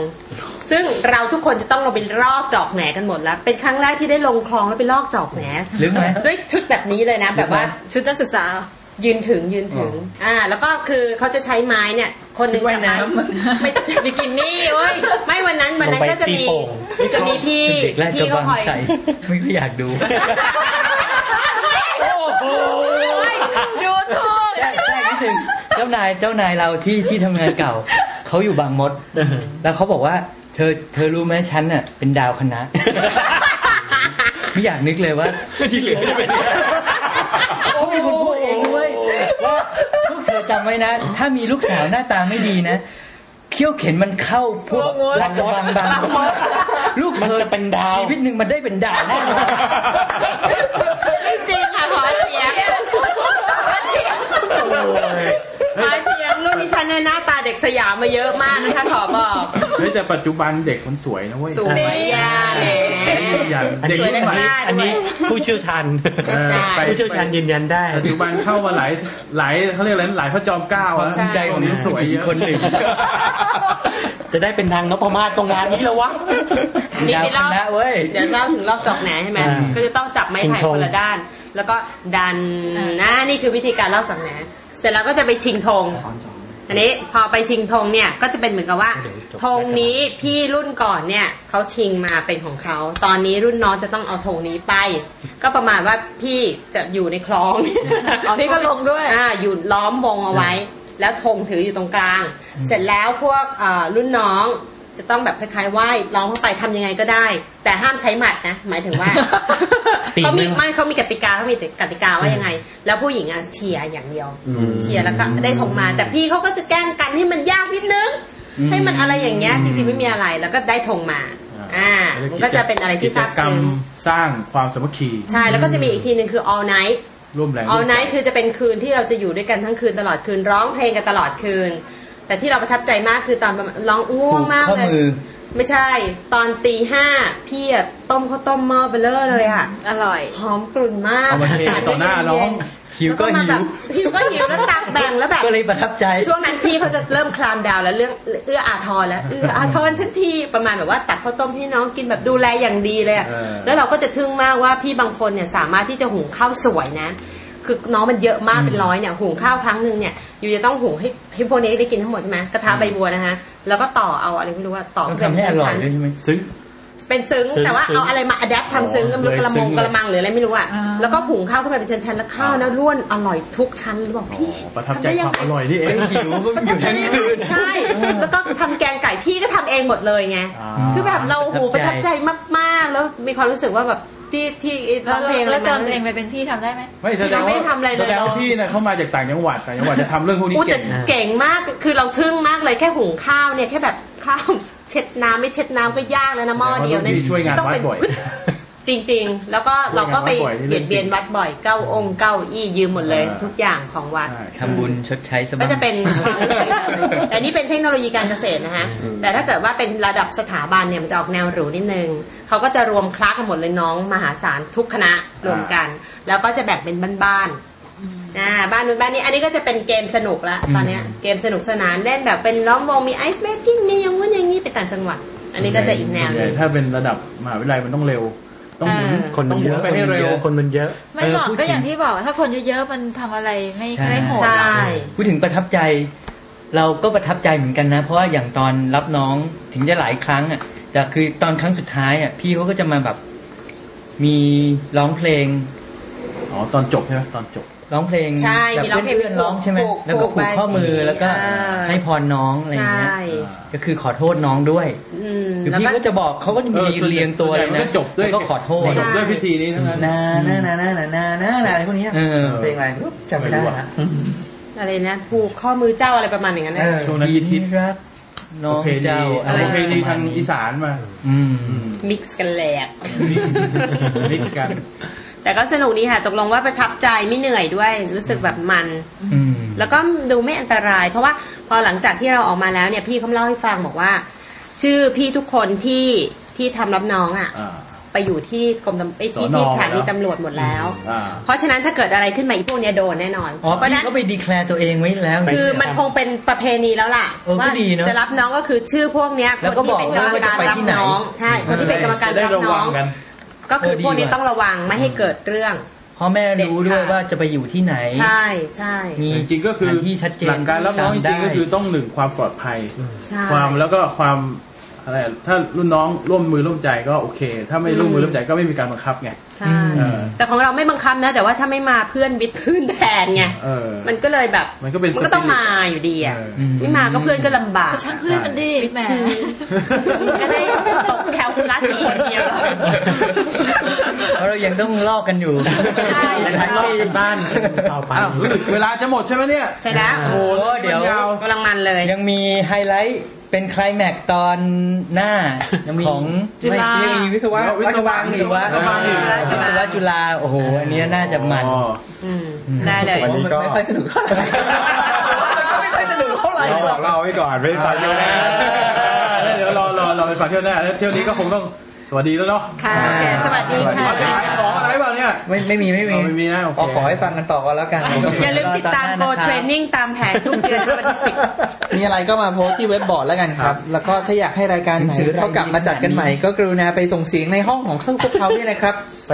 ซึ่งเราทุกคนจะต้องลงไปลอกจอกแหนกันหมดแล้ว เป็นครั้งแรกที่ได้ลงคลองแล้วไปลอกจอกแหน
ลึกไหม
ด้วยชุดแบบนี้เลยนะ แบบว่าชุดนักศึกษายืนถึงยืนถึง อ่า แล้วก็คือเขาจะใช้ไม้เนี่ย คนหนึ่งจะไปไม่จะบิกินี่เว้ยไม่วันนั้นวันนั้นก็จะมี
ลงไปตีโป่ง
จะมีพี่
เด็กแรก
พี่
จะ
ก็
บัง
คอย
ใส่
[LAUGHS]
ไม่ค่อยอยากดู
ดูถูก
แรกแรกนิดนึงเจ้านายเจ้านายเราที่ที่ทำงานเก่า เขาอยู่บางมด แล้วเขาบอกว่า เธอเธอรู้ไหมฉันน่ะเป็นดาวคณะ ไม่อยากนึกเลยว่า
ที่เหลือจะเป็นยังไง
โอ้ยคุณพูดเองด้วยว่าพวกเธอจำไว้นะ ถ้ามีลูกสาวหน้าตาไม่ดีนะ เขี้ยวเข็นมันเข้าพวกรังบางบางลูก
มันจะเป็นดาว
ชีวิตหนึ่งมันได้เป็นดาวแน่นอน
ไม่จริงค่ะขอเสียงขอเสียงขอเสียงรุ่นนี้ฉันเนี่ยหน้าตาเด็กสยามมาเยอะมากนะคะขอบอก
เฮ้ยแต่ปัจจุบันเด็กมันสวยนะเว้ย
สวยอ่ะแหม
อย่าง
อัน
เด็ก
นี้
รุ่นใหม่
สวยแบบ
อันนี้ผู้เชี่ยวชาญ
เออไป
ผู้เชี่ยวชาญยืนยันได้
ปัจจุบันเข้ามาหลายหลายเขาเรียกอะไรหลายพระจอมเกล้า
ความ
อะ
สนใจของ
นี้
นี้
ส
ส
ว
วย ย
เยอะ
คนหนึ่ง
จะได้เป็นนางนพมาศตรงงานนี้แล้ววะ
นี่
ดาว
นี่
ค
รอบ
ณะเว้ย
เดี๋ยวเล่าถึงรอบจอกแหนใช่ไหม
อ่า
ก็จะต้องจับไม้ไผ่
ชิงธง
คนละด้าน แล้วก็ดัน
อ่า
นะนี่คือวิธีการรอบจอกแหนเสร็จแล้วก็จะไปชิงธงอันนี้พอไปชิงธงเนี่ยก็จะเป็นเหมือนกับว่าธงนี้พี่รุ่นก่อนเนี่ยเขาชิงมาเป็นของเขาตอนนี้รุ่นน้องจะต้องเอาธงนี้ไป ก็ประมาณว่าพี่จะอยู่ในคล [LAUGHS] องพี่ก็ลงด้วยอ่าอยู่ล้อมวงเอาไว้ แล้วธงถืออยู่ตรงกลาง เสร็จแล้วพวกเอ่อรุ่นน้อง จะต้องแบบคล้ายๆไหว้ร้องเข้าไปทำยังไงก็ได้ แต่ห้ามใช้หมัดนะ หมายถึงว่า
ตี
เขามี
ไม่
ไม่เขามีกติกาเขามีกติกาว่ายังไง แล้วผู้หญิงอะเชียร์อย่างเดียว เชียร์แล้วก็ได้ทงมา แต่พี่เขาก็จะแกล้งกันให้มันยากนิดนึง ให้มันอะไรอย่างเงี้ยจริงๆไม่มีอะไรแล้วก็ได้ทงมา อ่า มันก็จะเป็นอะไรที่ซาบ
กิจกรรม
ซึ้ง
สร้างความสามัคคี
ใช่แล้วก็จะมีอีกทีหนึ่งคือ all night
ร่วมแรง
เอาไนท์คือจะเป็นคืนที่เราจะอยู่ด้วยกันทั้งคืนตลอดคืนร้องเพลงกันตลอดคืน แต่ที่เราประทับใจมากคือตอนประมาณร้องง่วงมาก
ข้อ
เลย
มือ
ไม่ใช่ ตอนตีห้าพี่อะต้มข้าวต้มหม้อเบลเลอร์เลยอ่ะ
อร่อย
หอมกลุ่นมาก
เอามาเทต่อหน้าน้อง
หิวก็
แล้วมา
หิ
แบ
ว
บหิวก็หิวแล้วตักแบ่งแล้วแบบ
ก็เลยประทับใจ
ช่วงนั้นพี่เขาจะเริ่มคลามดาวแล้วเรื่องเอื้ออาทรแล้วเอื้ออาทรฉันทีประมาณแบบว่าตักข้าวต้มให้น้องกินแบบดูแลอย่างดีเลยอะ
เออ
แล้วเราก็จะทึ่งมากว่าพี่บางคนเนี่ยสามารถที่จะหุงข้าวสวยนะ คือน้องมันเยอะมากเป็นร้อยเนี่ยหุงข้าวครั้งหนึ่งเนี่ยอยู่จะต้องหุงให้ให้พวกนี้ได้กินทั้งหมดใช่ไหมกระทะใบบัวนะคะแล้วก็ต่อเอาอะไรไม่รู้ว่าต่อ
ต้อง
เป็น
ทำให้อร่อย
ชั้น
ด้วยใช่ไหม
ซึ้ง
ๆเป็นซึ้ง
ซึ้ง
แต่ว่า
ซึ้ง
เอาอะไรมาอัดแอปทำซึ้ง
อ๋อ
ก็ไม่รู้กระ
เลยซึ้
มง
งเลย
กระมังหรืออะไรไม่รู้อะ
อ่า
แล้วก็หุงข้าวขึ้นไปเป็นชั้นๆแล้วข้าวนะร่วนอร่อยทุกชั้นหรือเปล่าพี่
ประทับใจความอร่อยนี่เอง
หิวก็อยู่ทั้งคืน
ใช่ แล้วก็ทำแกงไก่พี่ก็ทำเองหมดเลยไง
อ่า
คือแบบเราโหูป
ประ ระทั
ทับบ
ใจ
ใจมากๆ แล้วมีความรู้สึกว่าแบบที่ที่ร้
แล้
อง
ว
เพลงะไร
แล้วเจอตัว
มา
เองไปเป็นพี่ทำได้ไหม
ไม่แสดง
เราไม่
ว่า
ทำอะไรเลย
แสดงว่าพี่นะเข้ามาจากต่างจังหวัดต่างจังหวัดจะทำเรื่องพวกนี้
อู้แต่
เก่ง
เก่งมาก คือเราทึ่งมากเลยแค่หุงข้าวเนี่ยแค่แบบข้าวเช็ดน้ำไม่เช็ดน้ำก็ยากแล้วนะหม้อเดียวเนี่ย
แต่ว่าต้องมีช่วยงาน
ต้องเป็น
วัดบ่อย
พึ่งจริง ๆ แล้วก็เราก็ไป
ช่วยงานวัดบ่อยนี่
เบียดเบียนวัดบ่อยเก้าองค์เก้าอี้ยืมหมดเลย
เออ
ทุกอย่างของวัด
ใช่
ทำบุญชดใช้สบา
ก็
ย
จะ
[LAUGHS]
เป็นความรู้สึกแบบนั้นแต่นี่เป็นเทคโนโลยีการเกษตรนะฮะ แต่ถ้าเกิดว่าเป็นระดับสถาบันเนี่ยมันจะออกแนวหรูนิดนึง เขาก็จะรวมคลาสกันหมดเลยน้องมหาศาลทุกคณะรวมกัน แล้วก็จะแบ่งเป็นบ้านๆอ่าบ้านนู้นบ้านนี้อันนี้ก็จะเป็นเกมสนุกละตอนเนี้ยเกมสนุกสนานเล่นแบบเป็นล้อมวงมีไอซ์เบกกิ้งมีอย่างงู้นอย่างนี้ไปต่างจังหวัด อันนี้ก็จะอีกแนวหนึง
ถ้าเป็นระดับมหาวิทยาลัยมันต้องเร็ว ต้องหมุน
เออ
คน
ต้
มั
อน งห
เย
มุน
อะ
ไปให้เร็ว
คนมันเยอะ
ไม่หรอ
เออ
ก
พูด
ก็อย่างที่บอกถ้าคนเยอะๆมันทำอะไรไม่
ใช่
ไม่โหด
ใช่
หรอก
พูดถึงประทับใจ เราก็ประทับใจเหมือนกันนะ เพราะว่าอย่างตอนรับน้องถึงจะหลายครั้งอ่ะแต่คือตอนครั้งสุดท้ายอ่ะพี่เขาก็จะมาแบบ มีร้องเพลง
อ๋อ ตอนจบใช่ไหมตอนจบ
ร้องเพลง
ใช่
แบบ
มีร้องเพลง
เพื่อนๆร้องใช่ไหม
ผูก
แล้วก็
ผู
ผู
ก
กข้อมือ
ไว้
แล้วก็
อ่า
ให้พรน้องอะไรอย่าง
ใช่
เงี้ยก็คือขอโทษน้องด้วย
อืม
คือ
แล้ว
พี่
ก็
ก็จะบอกเขาก็จะมี
เออส่วนใหญ่
เรียงตัวเลย
ส่วนใหญ่มัน
นะ
ก็จบด้วย
แล้วก็ขอโทษ
ใช่
จบด้วยพิธีนี้ทั้งนั้น
นานานานานานานาอะไรพวกนี้
เออ
เพลงอะไรไม่รู้จำไม่ได้ละ
เอ อะไรนะผูกข้อมือเจ้าอะไรประมาณอย่างนั้นนะ
ช่วงนั้นฮิต
รักน้องเจ้า
ประเพณีทางอีสานมา
[LAUGHS] อืม
มิกซ์กันแหล
[LAUGHS]
ก
[LAUGHS] มิกซ์กัน
แต่ก็สนุกดีค่ะ ตกลงว่าประทับใจไม่เหนื่อยด้วย รู้สึกแบบมัน
อืม
แล้วก็ดูไม่อันตราย เพราะว่าพอหลังจากที่เราออกมาแล้วเนี่ย พี่เขาเล่าให้ฟังบอกว่า ชื่อพี่ทุกคนที่ที่ทำรับน้องอ่ะ ไปอยู่ที่กรมตำไอ้ที่
สอนอ
ที่สถานี
แล้ว
ตำรวจหมดแล้ว เพราะฉะนั้นถ้าเกิดอะไรขึ้นมาอีพวกเนี้ยโดนแน่นอน
อ๋อพี่ก็ไปดีแคลร์ตัวเองไว้แล้ว
คือมันคงเป็นประเพณีแล้วล่ะ
เออก็
ว่า
ดีเนอะ
จะรับน้องก็คือชื่อพวกเนี้ย
แล้วก็บอก
คนที่เป็นกรรมการ
ว่าจะไป
รับ
ที่ไหน
น้องใช่คนที่เป็นกรรมการ
จะได้
รับน้อง ก็คือพวกนี้ต้องระวังไม่ให้เกิดเรื่อง
พ่อแม่รู้ด้วยว่าจะไปอยู่ที่ไหน
ใช่ใช่
มี
จริงๆก็คือ
สถานที่ชัดเจน
หลักการรับน้องจ
ได้
ริงๆก็คือต้องหนึ่งความปลอดภัย
ใช่
ความแล้วก็ความอะไรถ้ารุ่นน้องร่วมมือร่วมใจก็โอเค ถ้าไม่ร่วมมือร่วมใจก็ไม่มีการบังคับไง
ใช่
เออ
แต่ของเราไม่บังคับนะ แต่ว่าถ้าไม่มาเพื่อนบิดพื้นแทนไง
เออ
มันก็เลยแบบ
มันก็เป็น
ก็ต้อง
spirit
มาอยู่ดีอ่ะไม่มาก็เพื่อนก็ลำบาก
ก็ช่างเพื่อนมันดีแหม
ก็ได้ตกแคลคูลัสอยู่คนเดียว
เพราะเรายังต้องลอกกันอยู่
ทั้งรอบบ้าน
ต่อไป
รู้สึกเวลาจะหมดใช่ไหมเนี่ย
ใช่แล้ว
โอ้โห
โอ้เดี๋ยว
าว
กำลังมันเลย
ยังมีไฮไลท์เป็นไคลแม็กซ์ตอนหน้าของ
จุฬา
ไม่ยังมีวิศวะ
วิศวะ
วิศวะ
วิศวะ
วิศวะจุฬาโอ้โหอันเนี้ยน่าจะมัน
อ๋อ
อืมได้เลย
วันนี้ก็
ไม่ค่อยสนุกเท่าไหร่มันไม่ค่อยสนุกเท่าไหร่
เราบอกเล่าไว้ก่อนไม่ฟังเยอะแน่
แล้วเดี๋ยวรอรอรอไปฟังเที่ยวหน้าแล้วเที่ยวนี้ก็คงต้องสวัสดีแล้วเนาะ
ค่ะโอเคสวัสดีค่ะ
ขายของอะไรเปล่าเนี่ย
ไม่ไม่มีไม่มี
เอาไม่มีนะโอเค
ขอให้ฟังกันต่อกันแล้วกัน
อย่าลืมติดตาม Go Training ตามแผนทุกเดือนวันที่สิบ
มีอะไรก็มาโพสต์ที่เว็บบอร์ดแล้วกันครับ แล้วก็ถ้าอยากให้รายการไหนเขากลับมาจัดกันใหม่ ก็กรุณาไปส่งเสียงในห้องของพวกเขาด้วยนะครับ
ไป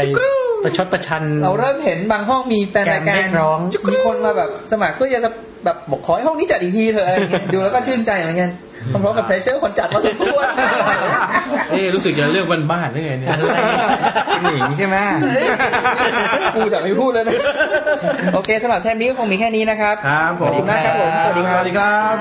ประชดประชัน
เราเริ่มเห็นบางห้องมีแฟนรายกา
การ
ร
เรียกร้อง
มีคนมาแบบสมัครเพื่อจะแบบบอกขอให้ห้องนี้จัดอีกทีเถอะอะไรอย่างเงี้ยดูแล้วก็ชื่นใจเหมือนกันพร้อมๆกับเพรสเชอร์คนจัดมาสมควร
เอ้รู้สึกจะเรื่องบ้านบ้านๆหรือไงเนี่ย [LAUGHS]
เป็นหนิงใช่ไหม
กูจะไม่พูดแล้วนะ โอเคสำหรับเทปนี้ก็คงมีแค่นี้นะครับ
ครับผ
ขอบ
ม
คุณมากครับผมสวัสดีครับ
สวัสดีครับ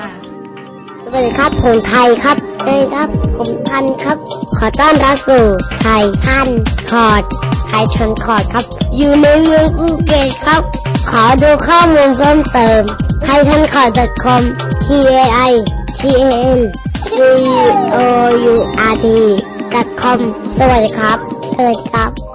สวัสดีครับผมไทยครับสวัสดีครับ ผมพันธุ์ครับ ขอต้อนรับสู่ไทยพันธุ์คอร์ดไทยชนคอร์ดครับ อยู่ในเมืองอูเกตครับ ขอดูข้อมูลเพิ่มเติมไทยชนคอร์ด .com t a i t a n c o u r d .com สวัสดีครับ สวัสดีครับ